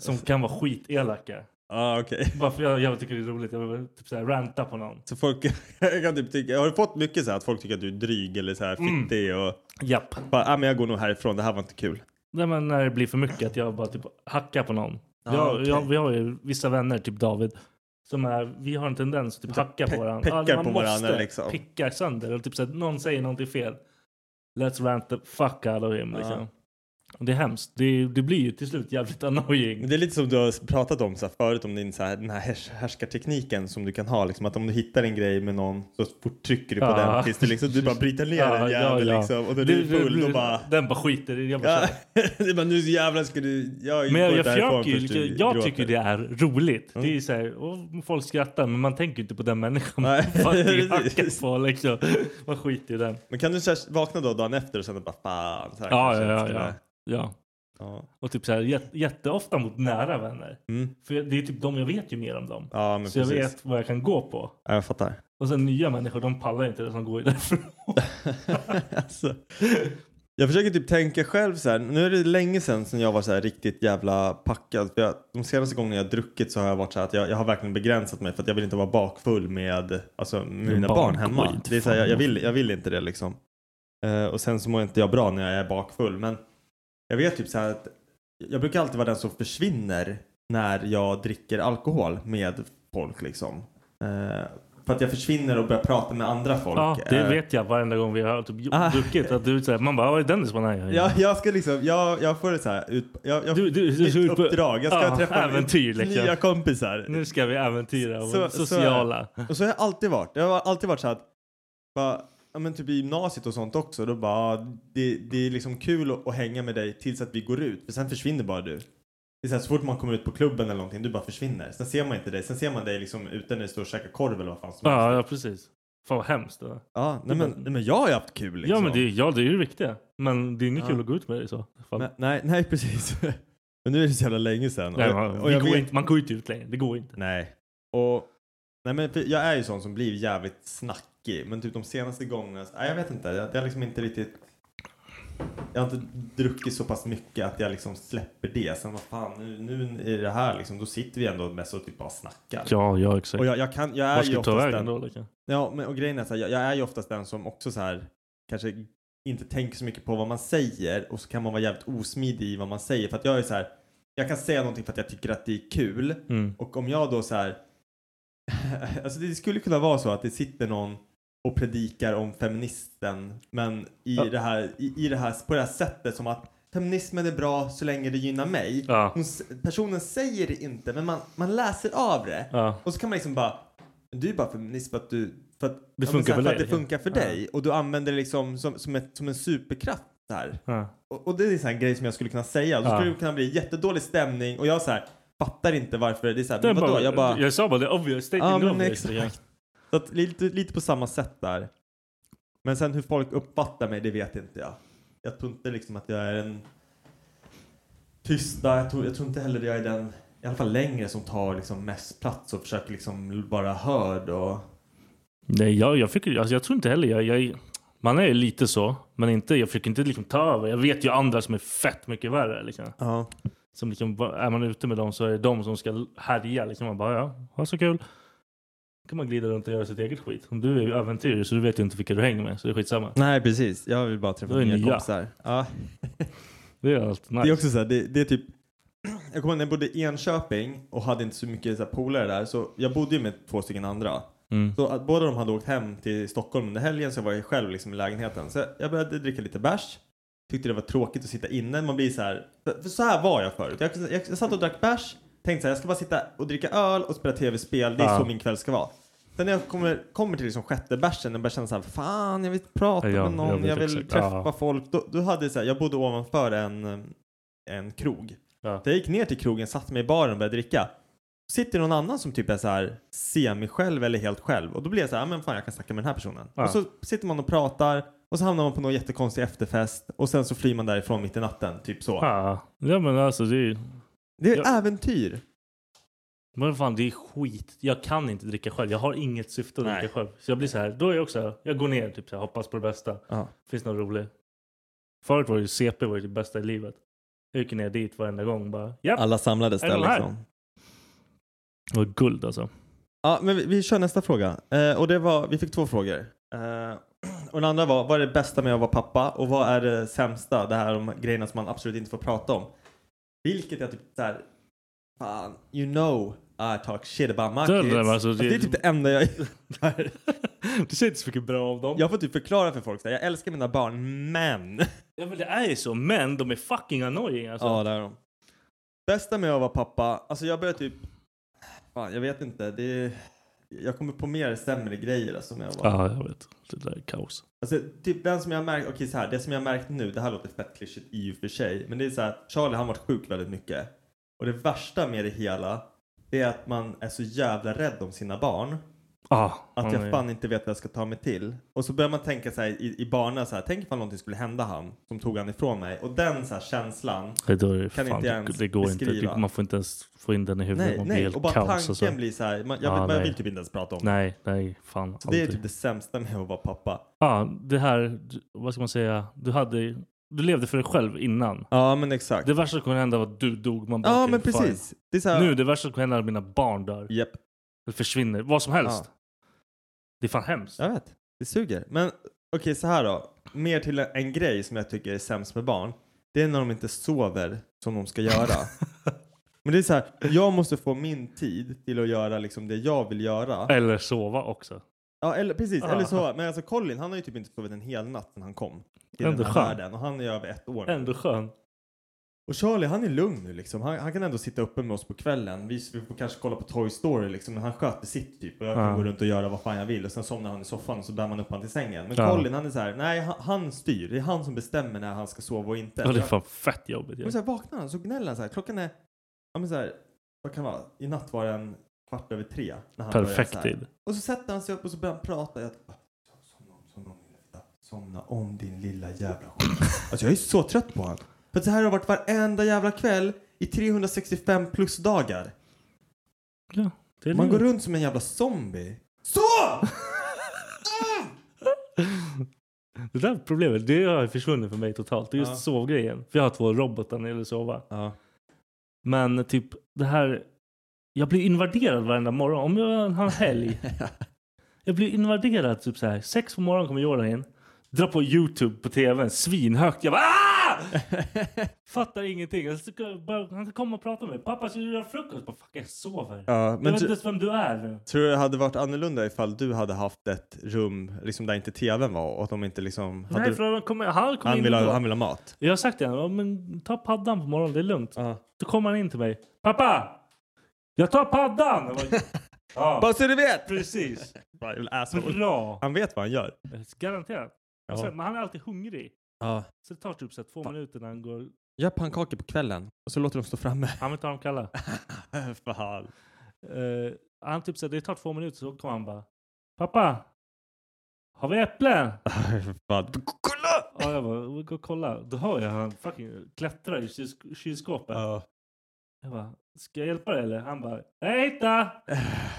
Som kan vara skitelaka.
Ja, okej.
Bara för jag, jag tycker det är roligt. Jag vill typ såhär ranta på någon.
Så folk jag kan typ tycka, har du fått mycket så här att folk tycker att du är dryg eller så här
Mm.
fittig och
Japp.
bara, ah, men jag går nog härifrån, det här var inte kul.
Nej men när det blir för mycket att jag bara typ hackar på någon.
Ah,
jag,
okej.
jag, vi har ju vissa vänner, typ David. Som är, vi har en tendens att typ hacka
pe-
på varandra.
peckar
man
på varandra,
måste
liksom.
picka sönder. Och typ såhär, någon säger någonting fel. Let's rant the fuck out of him. Liksom.
Ja.
Och det är hemskt. Det, det blir ju till slut jävligt annoying.
Men Det är lite som du har pratat om så här, förut om din, så här, den här härs- härskartekniken som du kan ha. Liksom, att om du hittar en grej med någon så fort trycker du på
Ja.
den tills du, liksom, du bara bryter ner
Ja,
den
ja,
jäveln
ja.
liksom. Och då är
Det-
du
det-
full och
det-
bara...
Den bara skiter i det. Jag bara
Ja,
kör.
det är bara nu jävlar ska du... Jag går
Men jag, jag,
därifrån
försöker,
först
ju-
du
jag
gråter.
tycker det är roligt. Det är ju så här, och folk skrattar men man tänker ju inte på den människan man
Nej,
fucking
precis.
hackar på. Liksom. Man skiter i den.
Men kan du så här, vakna då dagen efter och sen bara fan. Så här
Ja,
kanske
ja,
jag
ja,
skulle-
ja. ja.
ja.
Och typ så här, jät- jätteofta mot nära vänner.
Mm.
För det är typ de jag vet ju mer om dem.
Ja, men
så
precis.
jag vet vad jag kan gå på.
Ja, jag fattar.
Och sen nya människor, de pallar inte det som går därifrån.
alltså, jag försöker typ tänka själv så här. Nu är det länge sedan som jag var så här riktigt jävla packad. För jag, de senaste gångerna jag har druckit så har jag varit så här att jag, jag har verkligen begränsat mig för att jag vill inte vara bakfull med, alltså, med mina barn,
barn,
hemma.
skit,
det är så här, jag,
fan.
jag, vill, jag vill inte det liksom. Eh, och sen så mår inte jag bra när jag är bakfull. Men jag vet typ så här att jag brukar alltid vara den som försvinner när jag dricker alkohol med folk liksom. Eh, för att jag försvinner och börjar prata med andra folk.
ja, det
Eh,
vet jag varenda gång vi har typ, jo-
Ah.
druckit. Att du, så här, man bara, vad är Dennis på? Nej, jag-
Ja, jag ska liksom, jag, jag får det så här ut, jag, jag,
Du- du- du-
mitt
du-
uppdrag, jag ska
Ja,
träffa
äventyr,
nya
liksom.
kompisar.
Nu ska vi äventyra och
Så-
vara
så-
sociala.
Och så har jag alltid varit, jag har alltid varit så här att, bara, ja men typ i gymnasiet och sånt också, då bara, ja, det, det är liksom kul att, att hänga med dig tills att vi går ut, för sen försvinner bara du. Det är så, här, så fort man kommer ut på klubben eller någonting, du bara försvinner. Sen ser man inte dig, sen ser man dig liksom ute när du står och käkar korv eller vad fan som
Ja,
helst.
ja, precis. Fan vad hemskt. Det var.
Ja, nej men, nej men jag har ju haft kul liksom.
Ja, men det, ja, det är ju det viktiga. Men det är inget
Ja.
kul att gå ut med dig så. Fan.
Nej, nej, nej precis. men nu är det så jävla länge sen.
Nej, man, det går inte, man går ju inte ut längre. Det går inte.
Nej. Och, nej men för jag är ju sån som blir jävligt snackig. Men typ de senaste gångerna, nej jag vet inte. Jag, jag har liksom inte riktigt. Jag har inte druckit så pass mycket att jag liksom släpper det. Sen vad fan, nu, nu är det här liksom. Då sitter vi ändå mest och typ bara snackar.
Ja, ja exakt.
Och jag, jag kan, jag är
Vart
ju
ska du ta
oftast
vägen
den.
då? Liksom?
Ja, men och grejen är så här, jag, jag är ju oftast den som också så här kanske inte tänker så mycket på vad man säger och så kan man vara jävligt osmidig i vad man säger för att jag är så här jag kan säga någonting för att jag tycker att det är kul
Mm.
och om jag då så här alltså det skulle kunna vara så att det sitter någon och predikar om feministen men i
Ja.
det här, i, i det här på det här sättet som att feminismen är bra så länge det gynnar mig.
Ja.
Hon, s- personen säger det inte men man, man läser av det.
Ja.
Och så kan man liksom bara, du är bara feminist för att du, för att
Det
ja, men
funkar
så här,
för
för att
dig,
det funkar för
liksom.
dig. Och du använder det liksom som, som, ett, som en superkraft så här.
Ja.
Och, och det är en sån här grej som jag skulle kunna säga. Och Då
Ja.
skulle det kunna bli jättedålig stämning och jag så här fattar inte varför. Det är så här,
Det är
men vadå?
bara,
jag bara,
jag sa bara det obvious. Stating
Ja,
ja,
men
obvious.
exakt.
Exakt.
så att, lite, lite på samma sätt där. Men sen hur folk uppfattar mig, det vet inte jag. Jag tror inte liksom att jag är en tysta. Jag tror, jag tror inte heller jag är den, i alla fall längre, som tar liksom mest plats och försöker liksom vara hörd och
Nej, jag, jag, fick, alltså, jag tror inte heller jag, jag... Man är ju lite så, men inte, jag fick inte liksom ta över. Jag vet ju andra som är fett mycket värre. Liksom.
Ja.
Som liksom, bara- är man ute med dem så är det de som ska härja. Liksom. Man bara, ja, ha så kul. kan man glida runt och göra sitt eget skit. Om du är ju äventyrare så du vet ju inte vilka du hänger med, så det är skitsamma.
Nej precis, jag vill bara träffa
Då är
nya
nya.
kompisar. Ja.
Det är allt nice.
Det är också så här, det, det är typ jag kommer ihåg när jag bodde i Enköping och hade inte så mycket så här polare där så jag bodde ju med två stycken andra.
Mm.
Så att båda de hade åkt hem till Stockholm under helgen så jag var ju själv liksom i lägenheten. Så jag började dricka lite bärs. Tyckte det var tråkigt att sitta inne. Man blir så här, för, för så här var jag förut. Jag, jag, jag satt och drack bärs, tänkte så här, jag ska bara sitta och dricka öl och spela tv-spel. Det är
Ja.
så min kväll ska vara. Sen när jag kommer, kommer till liksom sjätte bärsen och börjar känna så här, fan jag vill prata
Ja,
med någon,
jag
jag,
vet
vill
exakt.
träffa
Ja.
folk. Då, då hade jag så här, jag bodde ovanför en, eh, en krog.
Ja.
Så jag gick ner till krogen, satte mig i baren och började dricka. Sitter någon annan som typ är så här semi-själv eller helt själv och då blir jag så här, "Ah, men fan jag kan snacka med den här personen.
Ja.
Och så sitter man och pratar och så hamnar man på någon jättekonstig efterfest och sen så flyr man därifrån mitt i natten, typ så.
Ja, ja men alltså det är ju...
Det är
Ja.
äventyr.
Men fan, det är skit. Jag kan inte dricka själv. Jag har inget syfte att
Nej.
dricka själv. Så jag blir så här, då är jag också, jag går ner typ så här, hoppas på det bästa.
Ja.
Finns något roligt? Förut var det ju CP var ju det bästa i livet. Jag gick ner dit varenda gång bara, japp,
Alla samlades
Är det
där
de här?
liksom.
det var guld alltså.
Ja, men vi, vi kör nästa fråga. Eh, och det var, vi fick två frågor. Eh, och den andra var, vad är det bästa med att vara pappa? Och vad är det sämsta? Det här om grejerna som man absolut inte får prata om. Vilket jag typ såhär, fan, you know I talk shit about my
Det
kids.
där var
Alltså,
så-
det är typ det enda jag
Du säger inte så mycket bra av dem.
Jag får typ förklara för folk, så här, jag älskar mina barn, men.
Ja men det är ju så, men de är fucking annoying alltså.
Ja, det är de. Bästa med att vara pappa, alltså jag börjar typ, fan jag vet inte, det är, jag kommer på mer sämre grejer alltså med att vara
Ja, jag vet. Det där är kaos.
Alltså typ den som jag har märkt, okej så här, det som jag har märkt nu, det här låter fett klyschigt i och för sig, men det är så här, Charlie han har varit sjuk väldigt mycket. Och det värsta med det hela, det är att man är så jävla rädd om sina barn.
Ah,
Att
han
jag
är-
fan inte vet vad jag ska ta mig till. Och så börjar man tänka så här i, i barnen så här, tänk ifall någonting skulle hända han som tog han ifrån mig. Och den så här känslan,
Nej, då är det,
Kan
fan,
inte ens
det, det går inte.
beskriva.
Det, man får inte ens få in den i huvudet.
nej,
man blir
nej,
helt
och bara
kaos.
tanken
alltså.
blir så här, man, jag,
Ja,
vill- man
nej.
vill typ inte ens prata om det.
Nej, nej, fan.
Så det är
aldrig.
typ det sämsta med att vara pappa.
Ja, det här, du- vad ska man säga? Du, hade, du levde för dig själv innan.
Ja men exakt.
Det värsta som kunde hända var att du dog. Man bara,
ja
okej,
men
fine.
precis. Det är så här,
Nu, det värsta som kunde hända är att mina barn dör.
Japp.
Eller försvinner. Vad som helst.
Ja.
Det är fan hemskt.
Jag vet, det suger. Men okej så här då. Mer till en grej som jag tycker är sämst med barn. Det är när de inte sover som de ska göra. Men det är så här, jag måste få min tid till att göra liksom det jag vill göra.
Eller sova också.
Ja, eller precis.
Ja.
Eller så. Men alltså Colin, han har ju typ inte sovit en hel natt när han kom. Till
Ändå
den här
skönt.
världen. Och han är över ett år nu.
Ändå skön.
Och Charlie, han är lugn nu liksom. Han, han kan ändå sitta uppe med oss på kvällen. Vi, vi får kanske kolla på Toy Story liksom. Men han sköter sitt typ. Och jag kan
Ja.
gå runt och göra vad fan jag vill. Och sen somnar han i soffan och så bär man upp han till sängen. Men
Ja.
Colin, han är så här. Nej, han, han styr. Det är han som bestämmer när han ska sova och inte.
Ja, det är
Jag-
fan fett jobbigt. ju.
men så här, vaknar han så gnäller han så här. Klockan är, ja men så här, vad kan det vara? I natt var den kvart över tre. När han började så
Perfekt
här.
tid.
Och så sätter han sig upp och så börjar han prata. Jag, somna om, somna om, lilla fitta. Somna om din lilla jävla skit. Alltså jag är så trött på honom. För att så här har det varit varenda jävla kväll i 365 plus dagar.
Ja, det är
Man går
lugnt.
runt som en jävla zombie. Ah! Så!
Det där problemet, det har ju försvunnit för mig totalt. Det är just
Ja.
sovgrejen. För jag har två robotar när det gäller att sova.
Ja.
Men typ det här. Jag blir invaderad varenda morgon. Om jag har en helg. jag blir invaderad typ så här. Sex på morgonen kommer Jordan in. Drar på YouTube på tvn svinhögt. Jag bara "Ah!" Fattar ingenting. Jag ska bara, han ska komma och prata med mig. Pappa ska du göra frukost? Bara, Fuck jag sover.
ja
jag vet inte ens vem du är nu.
Tror du det hade varit annorlunda ifall du hade haft ett rum liksom där inte tvn var och att de inte liksom... hade-
Nej, för han kommer, han kommer
han,
in
vill
ändå.
ha, han vill ha mat.
Jag har sagt det. Ja, men ta paddan på morgonen. Det är lugnt.
Ja.
Då kommer han in till mig. Pappa! Jag tar paddan! Jag bara, ja,
Bara så du vet!
precis.
Jävla asshole.
Bra.
Han vet vad han gör.
Garanterat. Och
Ja.
sen, men han är alltid hungrig.
Ja.
Så det tar typ så här två minuter när han går.
Gör pannkakor på kvällen och så låter de stå framme.
Han vill ta dem kalla.
Fan.
Eh, han typ så här, det tar två minuter så kommer han bara. Pappa! Har vi äpplen?
Fan. Kolla!
Ja, jag bara, vi går och kolla. Då hör jag han fucking klättrar i kyls- kylskåpet.
Ja.
Jag bara, ska jag hjälpa dig eller? Han bara, hej hitta!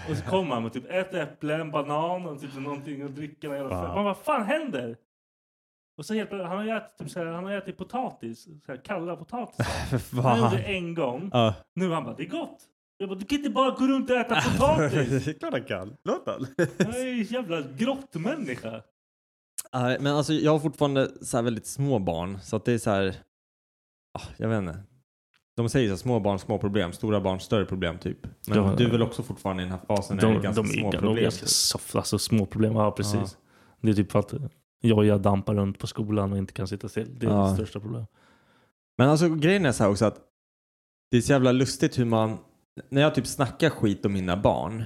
Och så kommer han med typ ett äpple, en banan och typ någonting att dricka. Och jävla
Fan.
fem. Man bara, fan händer? Och så hjälper han, har ju ätit, typ, såhär, han har ätit potatis, såhär, kalla potatis.
För
Han gjorde det
fan.
en gång.
Ja.
Nu han bara, det är gott. Jag bara, du kan inte bara gå runt och äta potatis.
Det är klart han kan. Låt han.
Jag är ju en jävla grottmänniska.
Nej, men alltså jag har fortfarande så här väldigt små barn så att det är så här. ah, Jag vet inte. De säger så här, små barn, små problem. Stora barn, större problem typ. Men
Ja.
du är väl också fortfarande i den här fasen när det är ganska små
nog
problem.
ganska
typ.
soft, alltså små problem. Ja, precis. Det är typ för att jag och jag dampar runt på skolan och inte kan sitta still. Det är
Ja.
det största problemet.
Men alltså grejen är så här också att det är så jävla lustigt hur man, när jag typ snackar skit om mina barn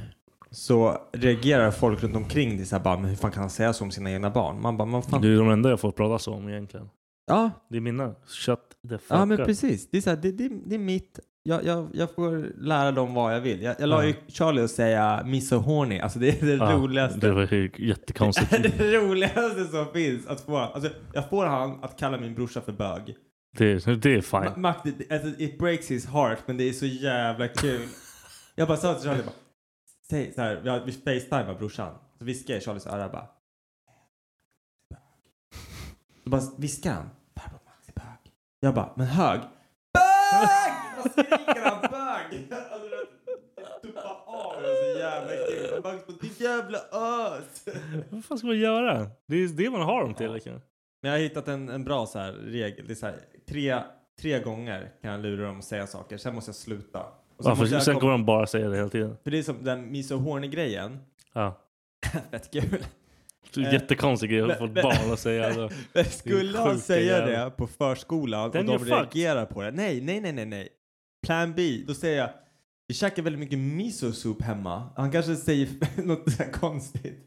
så reagerar folk runt omkring det så här bara, men hur fan kan han säga så om sina egna barn? Man bara, men fan.
Det är de enda jag får prata så om egentligen.
Ja,
Det är mina. Shut the fuck
ja men
up.
precis. Det är, så här, det, det, det är mitt, jag, jag, jag får lära dem vad jag vill. Jag, jag la
Ja.
ju Charlie att säga miss so horny, alltså det är det
Ja,
roligaste.
Det var ju jättekonstigt.
Det är det roligaste som finns att få, alltså jag får han att kalla min brorsa för bög.
det, är- det är
Ma-
fine.
Mac, det- det- alltså, it breaks his heart men det är så jävla kul. Jag bara sa till Charlie, jag bara, säg så här, vi, vi facetimar brorsan. Så viskar jag i Charlies öra bara. Så bara viskar han. Farbror Max är bög. Jag bara, men hög? Bög! Vad skriker han bög? Alltså, du vet, jag tuppar av mig så jävla kul. Max bara, ditt jävla ös.
Vad fan ska man göra? Det är det man har dem till. liksom.
Men jag har hittat en, en bra så här regel. Det är så här, tre, tre gånger kan jag lura dem att säga saker. Sen måste jag sluta. Och sen
Varför?
måste jag
Sen
komma-
kommer de bara säga det hela tiden.
För det är som den miso grejen
Ja.
Fett kul.
Det är
Eh,
en jättekonstig grej att få
men-
ett barn att säga. Alltså.
Men skulle han
sjuka
säga
jävel.
det på förskolan
Den
och
gör
de
fuck.
reagerar på det? Nej, nej, nej, nej, nej. Plan B. Då säger jag, vi käkar väldigt mycket miso-soup hemma. Han kanske säger något så här konstigt.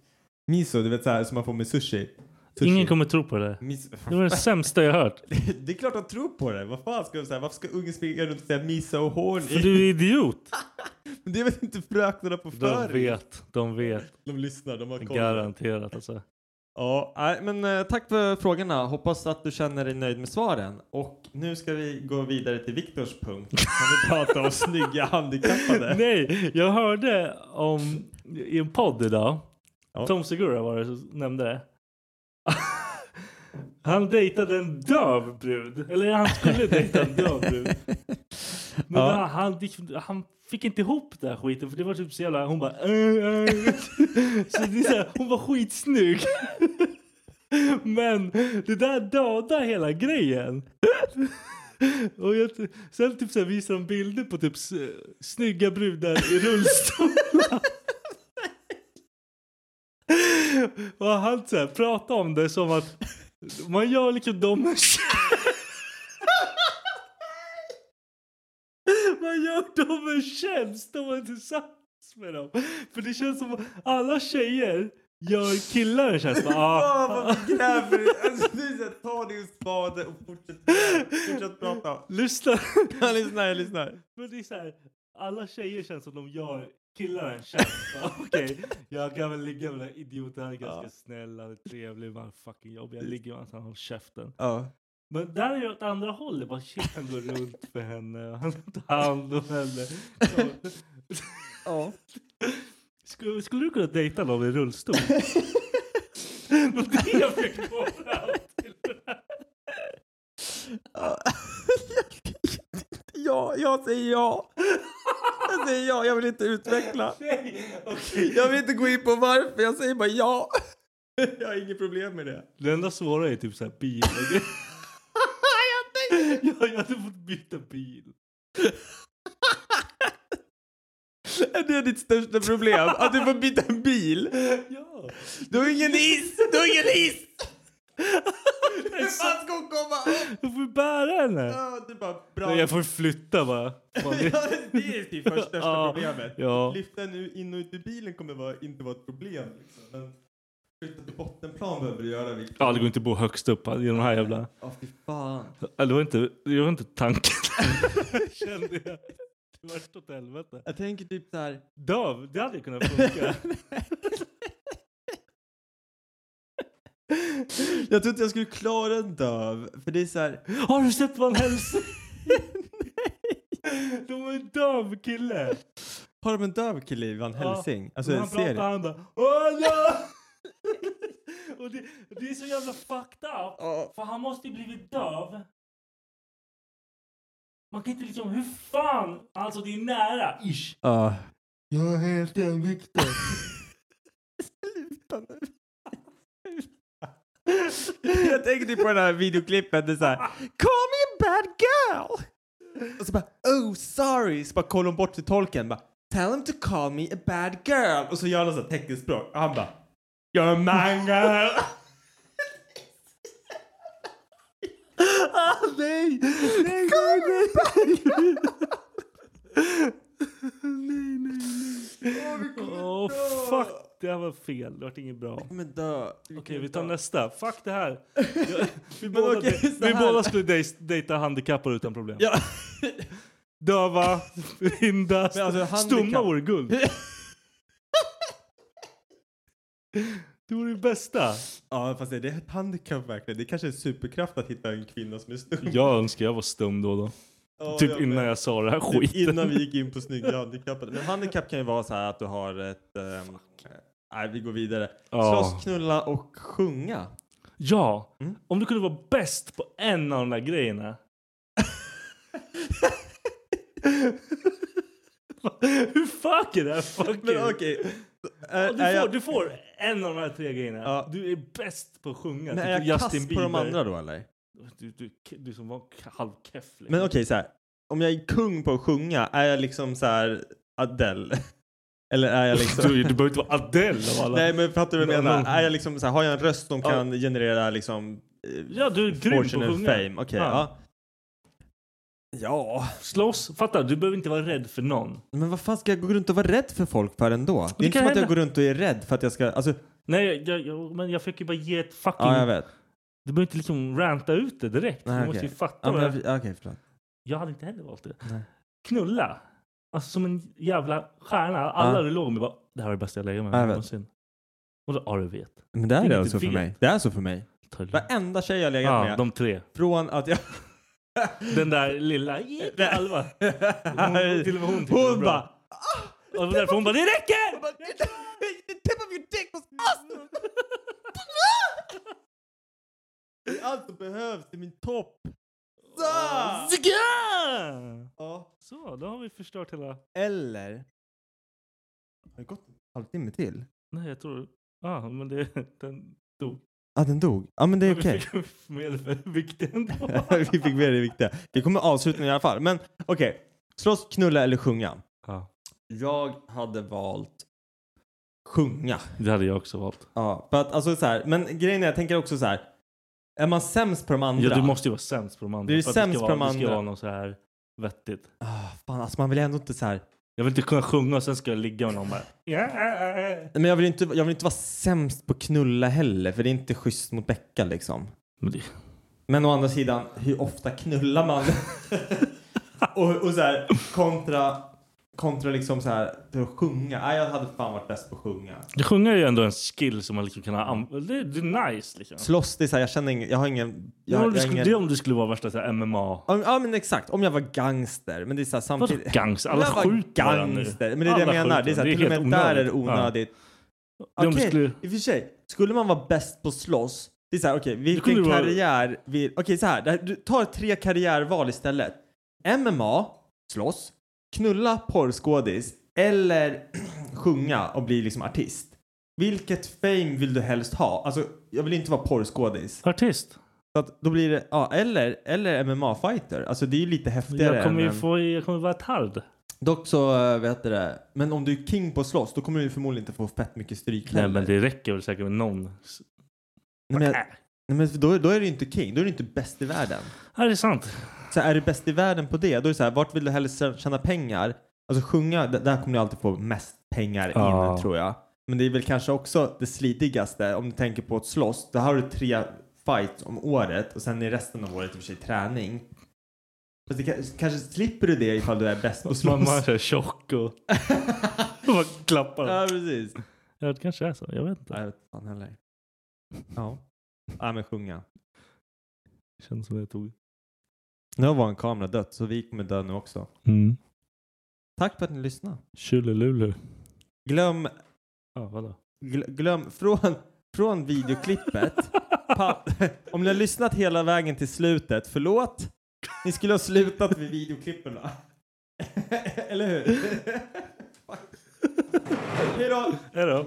Miso, du vet så här som man får med sushi. sushi.
Ingen kommer tro på det där.
Miso.
Det var det sämsta jag hört.
Det- det är klart att tror på det. Vad fan ska de säga? Varför ska ungen springa runt och säga miso och horny?
För du är idiot.
Men det vet inte fröknarna på
De
förr.
vet. De vet.
De lyssnar, de har koll.
Garanterat alltså.
Ja, nej, men eh, tack för frågorna. Hoppas att du känner dig nöjd med svaren. Och nu ska vi gå vidare till Viktors punkt. Kan vi prata om snygga handikappade?
Nej, jag hörde om i en podd idag.
Ja.
Tom Segura var det som nämnde det. Han dejtade en döv brud. Eller han skulle dejta en döv brud. Men
Ja.
det här, han, han fick inte ihop den här skiten för det var typ så jävla... Hon bara... "Äh, äh." Så det är så här, hon var skitsnygg. Men det där dödar hela grejen. Och jag, sen typ så här visar de bilder på typ s- snygga brudar i rullstolar. Och han så här pratar om det som att man gör liksom dem en tjänst. Man gör dem en tjänst om man är tillsammans med dem. För det känns som att alla tjejer gör killar en tjänst. Ah,
Fan vad vi gräver! i- Alltså, det är så här, ta din spade och fortsätt, fortsätt prata.
lyssna.
Jag lyssnar, jag lyssnar.
Men det är så här, alla tjejer känns som de gör killar en tjänst. va? Okej, jag kan väl ligga med den här idioten, han är ganska
Ja.
snäll, han är trevlig, men han är fucking jobbig. Jag ligger med honom, så han håller käften.
Ja.
Men där är det åt andra hållet, bara shit han går runt med henne, och han tar hand om henne. Så-
Ja.
Skulle, skulle du kunna dejta någon i rullstol? Det var det jag fick komma fram till.
Ja, jag säger ja. Jag säger ja, jag vill inte utveckla.
Nej, okej.
Jag vill inte gå in på varför, jag säger bara ja. Jag har inget problem med det.
Det enda svåra är typ såhär bil. jag, jag, jag hade fått byta bil.
Är det ditt största problem? Att du får byta en bil?
Ja.
Du har ingen hiss! Du har ingen hiss! Hur fan ska hon komma upp?
Jag får ju bära henne.
Ja, Du bara bra.
Nej, jag får flytta bara. Fan,
Ja, det är typ först största
Ja,
problemet.
ja.
Att Lyfta nu in och ut ur bilen kommer vara, inte vara ett problem. Liksom. Men flytta till bottenplan behöver du göra. Vilket...
Ja, det går inte att bo högst upp i de här jävla...
Ja, fy fan.
Ja, Det var inte, det var inte tanken. Kände jag. Det vart åt helvete.
Jag tänker typ så här.
Döv, det hade ju kunnat funka.
Jag tror inte jag skulle klara en döv. För det är så här.
Har du sett vad han hälsar? De var en döv kille.
Har de en döv kille i Van Helsing?
Ja.
Alltså
Men
en
han pratar,
serie?
han bara Åh ja! Och det, det är så jävla fucked up.
Ja.
För han måste ju blivit döv. Man kan inte liksom, hur fan? Alltså det är nära. Ish.
Ja.
Jag heter Viktor.
Sluta nu. Jag tänker typ på den här videoklippet. Det är så här. Call me a bad girl! Och så bara oh sorry. Så bara kollar hon bort till tolken. Bara, Tell him to call me a bad girl. Och så gör han så här teckenspråk. Och han bara. You're a man girl. ah, nej! Nej, nej, nej! nej, nej, nej.
Åh fuck, det här var fel. Det vart inget bra. Okej,
Men dö.
vi tar nästa. Fuck det här. Vi,
Men
båda,
okej,
dej-
så
vi
här.
båda skulle dej- dejta handikappade utan problem.
Ja.
Döva, blinda,
Men alltså, handikapp-
stumma vore guld. Det vore det bästa.
ja, fast är det ett handikapp verkligen? Det kanske är en superkraft att hitta en kvinna som är stum.
Jag önskar jag var stum då och då.
Ja,
typ
jag
innan
med.
jag sa det här
Typ
skiten.
Innan vi gick in på snygga handikappade. Men handikapp kan ju vara så här att du har ett... ehm, nej, vi går vidare.
Ja.
Slåss, knulla och sjunga.
Ja,
Mm.
om du kunde vara bäst på en av de där grejerna. Hur fuck är det här fucking?
Men okej.
Ja,
Är,
du,
är
får,
jag,
du får en av de här tre grejerna.
Ja.
Du är bäst på att sjunga.
men
typ
är jag
Justin
kass på
Bieber.
de andra då eller?
Du, du, du som var k- halvkeff. liksom.
Men okej så här. Om jag är kung på att sjunga, är jag liksom så här Adele? Eller är jag liksom...
du, du behöver inte vara Adele av alla.
Nej men fattar du vad jag
Men-
menar? Är jag liksom så här, har jag en röst som
Ja.
kan generera liksom... eh,
ja, du är grym på
Fortune
att
and
sjunga.
fame. Okej,
Ja.
ja. Ja.
Slåss. Fatta, du behöver inte vara rädd för någon.
Men vad fan ska jag gå runt och vara rädd för folk för ändå? Det,
Det
är inte
kan
som att jag
hända.
går runt och är rädd för att jag ska... Alltså,
Nej, jag, jag, jag, men jag fick ju bara ge ett fucking...
ja jag vet.
Du behöver inte liksom ranta ut det direkt.
Nej,
du måste
okej.
ju fatta
Ja,
vad
men
jag...
jag, okej, förlåt.
jag hade inte heller valt det.
Nej.
Knulla. Alltså som en jävla stjärna. Alla
Ja.
du låg med bara, det här var det bästa jag legat med
Ja, jag vet.
någonsin. Och då, ja du vet.
Men det här
Inget
är alltså
du
för
vet.
mig. Det är så för mig.
Ta det lugnt.
Varenda tjej jag legat
Ja,
med.
de tre.
Från att jag...
Den där lilla, yeah, Alva. Hon- till och med hon tyckte det var
hon
bra.
bara...
Och det var därför hon bara, det räcker!
The tip of your dick was awesome! Det är allt som behövs i min topp. Så!
Zika!
Ja.
Så, då har vi förstört hela...
Eller... Har det gått en halvtimme till?
Nej, jag tror... Ja, ah, men det... Den dog.
Ja, ah, den dog. Ja, ah, men det är okej.
Vi fick med det viktiga ändå.
vi fick med det viktiga. Vi kommer avsluta i alla fall. Men okej. Slåss, knulla eller sjunga?
Ja,
Jag hade valt sjunga.
det hade jag också valt.
Ja, för att alltså så här, men grejen är jag tänker också så här. Är man sämst på de andra?
Ja, du måste ju vara sämst på de andra.
Du är
för att
sämst
ska
på
vara,
de
Det ska
andra.
vara något så här vettigt.
Ah, fan, alltså man vill ändå inte så här.
Jag vill inte kunna sjunga och sen ska jag ligga med någon bara... Yeah.
Men jag vill inte, jag vill inte vara sämst på knulla heller för det är inte schysst mot Becka liksom.
Men det...
Men å andra sidan, hur ofta knullar man? och, och så här kontra, kontra liksom så här för att sjunga. Nej, jag hade fan varit bäst på att sjunga. alltså.
det sjunga är ju ändå en skill som man liksom kan ha... anv- Det, det är nice liksom.
Slåss, det är så här, jag känner ingen, jag har ingen... Jag,
Ja, om
jag
du
har
skulle,
ingen
Det är om du skulle vara värsta så här, MMA.
Ja, men- Ja men exakt, om jag var gangster. Men det är så här,
Vadå
samtidigt...
gangster? Alla
Jag var
skjuter varandra.
gangster. Men det är det jag
Alla
menar. Det är
skjuter.
så här,
Det är
till och
helt
med där är det
onödigt. Ja.
onödigt.
Det är om du
Okej,
skulle-
i och för sig. Skulle man vara bäst på att slåss? Det är så här, okej,
kunde
vilken
du vara-
karriär vill... Okej, så här. det här- Du tar tre karriärval istället. MMA, slåss, knulla porrskådis eller sjunga och bli liksom artist. Vilket fame vill du helst ha? Alltså, jag vill inte vara porrskådis.
Artist.
Så att då blir det, ja, eller, eller MMA-fighter. Alltså det är ju lite häftigare.
Jag kommer
än
ju
en-
få, jag kommer vara tard.
Dock så, äh, vet du det, men om du är king på att slåss då kommer du förmodligen inte få fett mycket stryk
Nej
heller.
men det räcker väl säkert med någon.
Nej, men, jag- nej, men då, då är du ju inte king, då är du inte bäst i världen.
Ja det är sant.
Så här, är du bäst i världen på det, då är det så här, vart vill du helst tjäna pengar? Alltså sjunga, d- där kommer du alltid få mest pengar
Ja.
in tror jag. Men det är väl kanske också det slitigaste om du tänker på att slåss. Då har du tre fights om året och sen är resten av året i och för sig träning. Fast det, ka- kanske slipper du det ifall du är bäst på att slåss.
Mamma är så här tjock och... och bara klappar.
ja, precis.
Ja det kanske är så. Jag vet inte.
Nej, jag vet fan heller. Ja. Nej, men sjunga.
Det känns som det tog.
Nu har vår kamera dött, så vi kommer dö nu också.
Mm.
Tack för att ni lyssnade.
Tjolilulu.
Glöm,
Ja vadå?
gl- glöm från, från videoklippet. pa- om ni har lyssnat hela vägen till slutet, förlåt. Ni skulle ha slutat vid videoklippen va? Eller hur? Hej då!
Hejdå.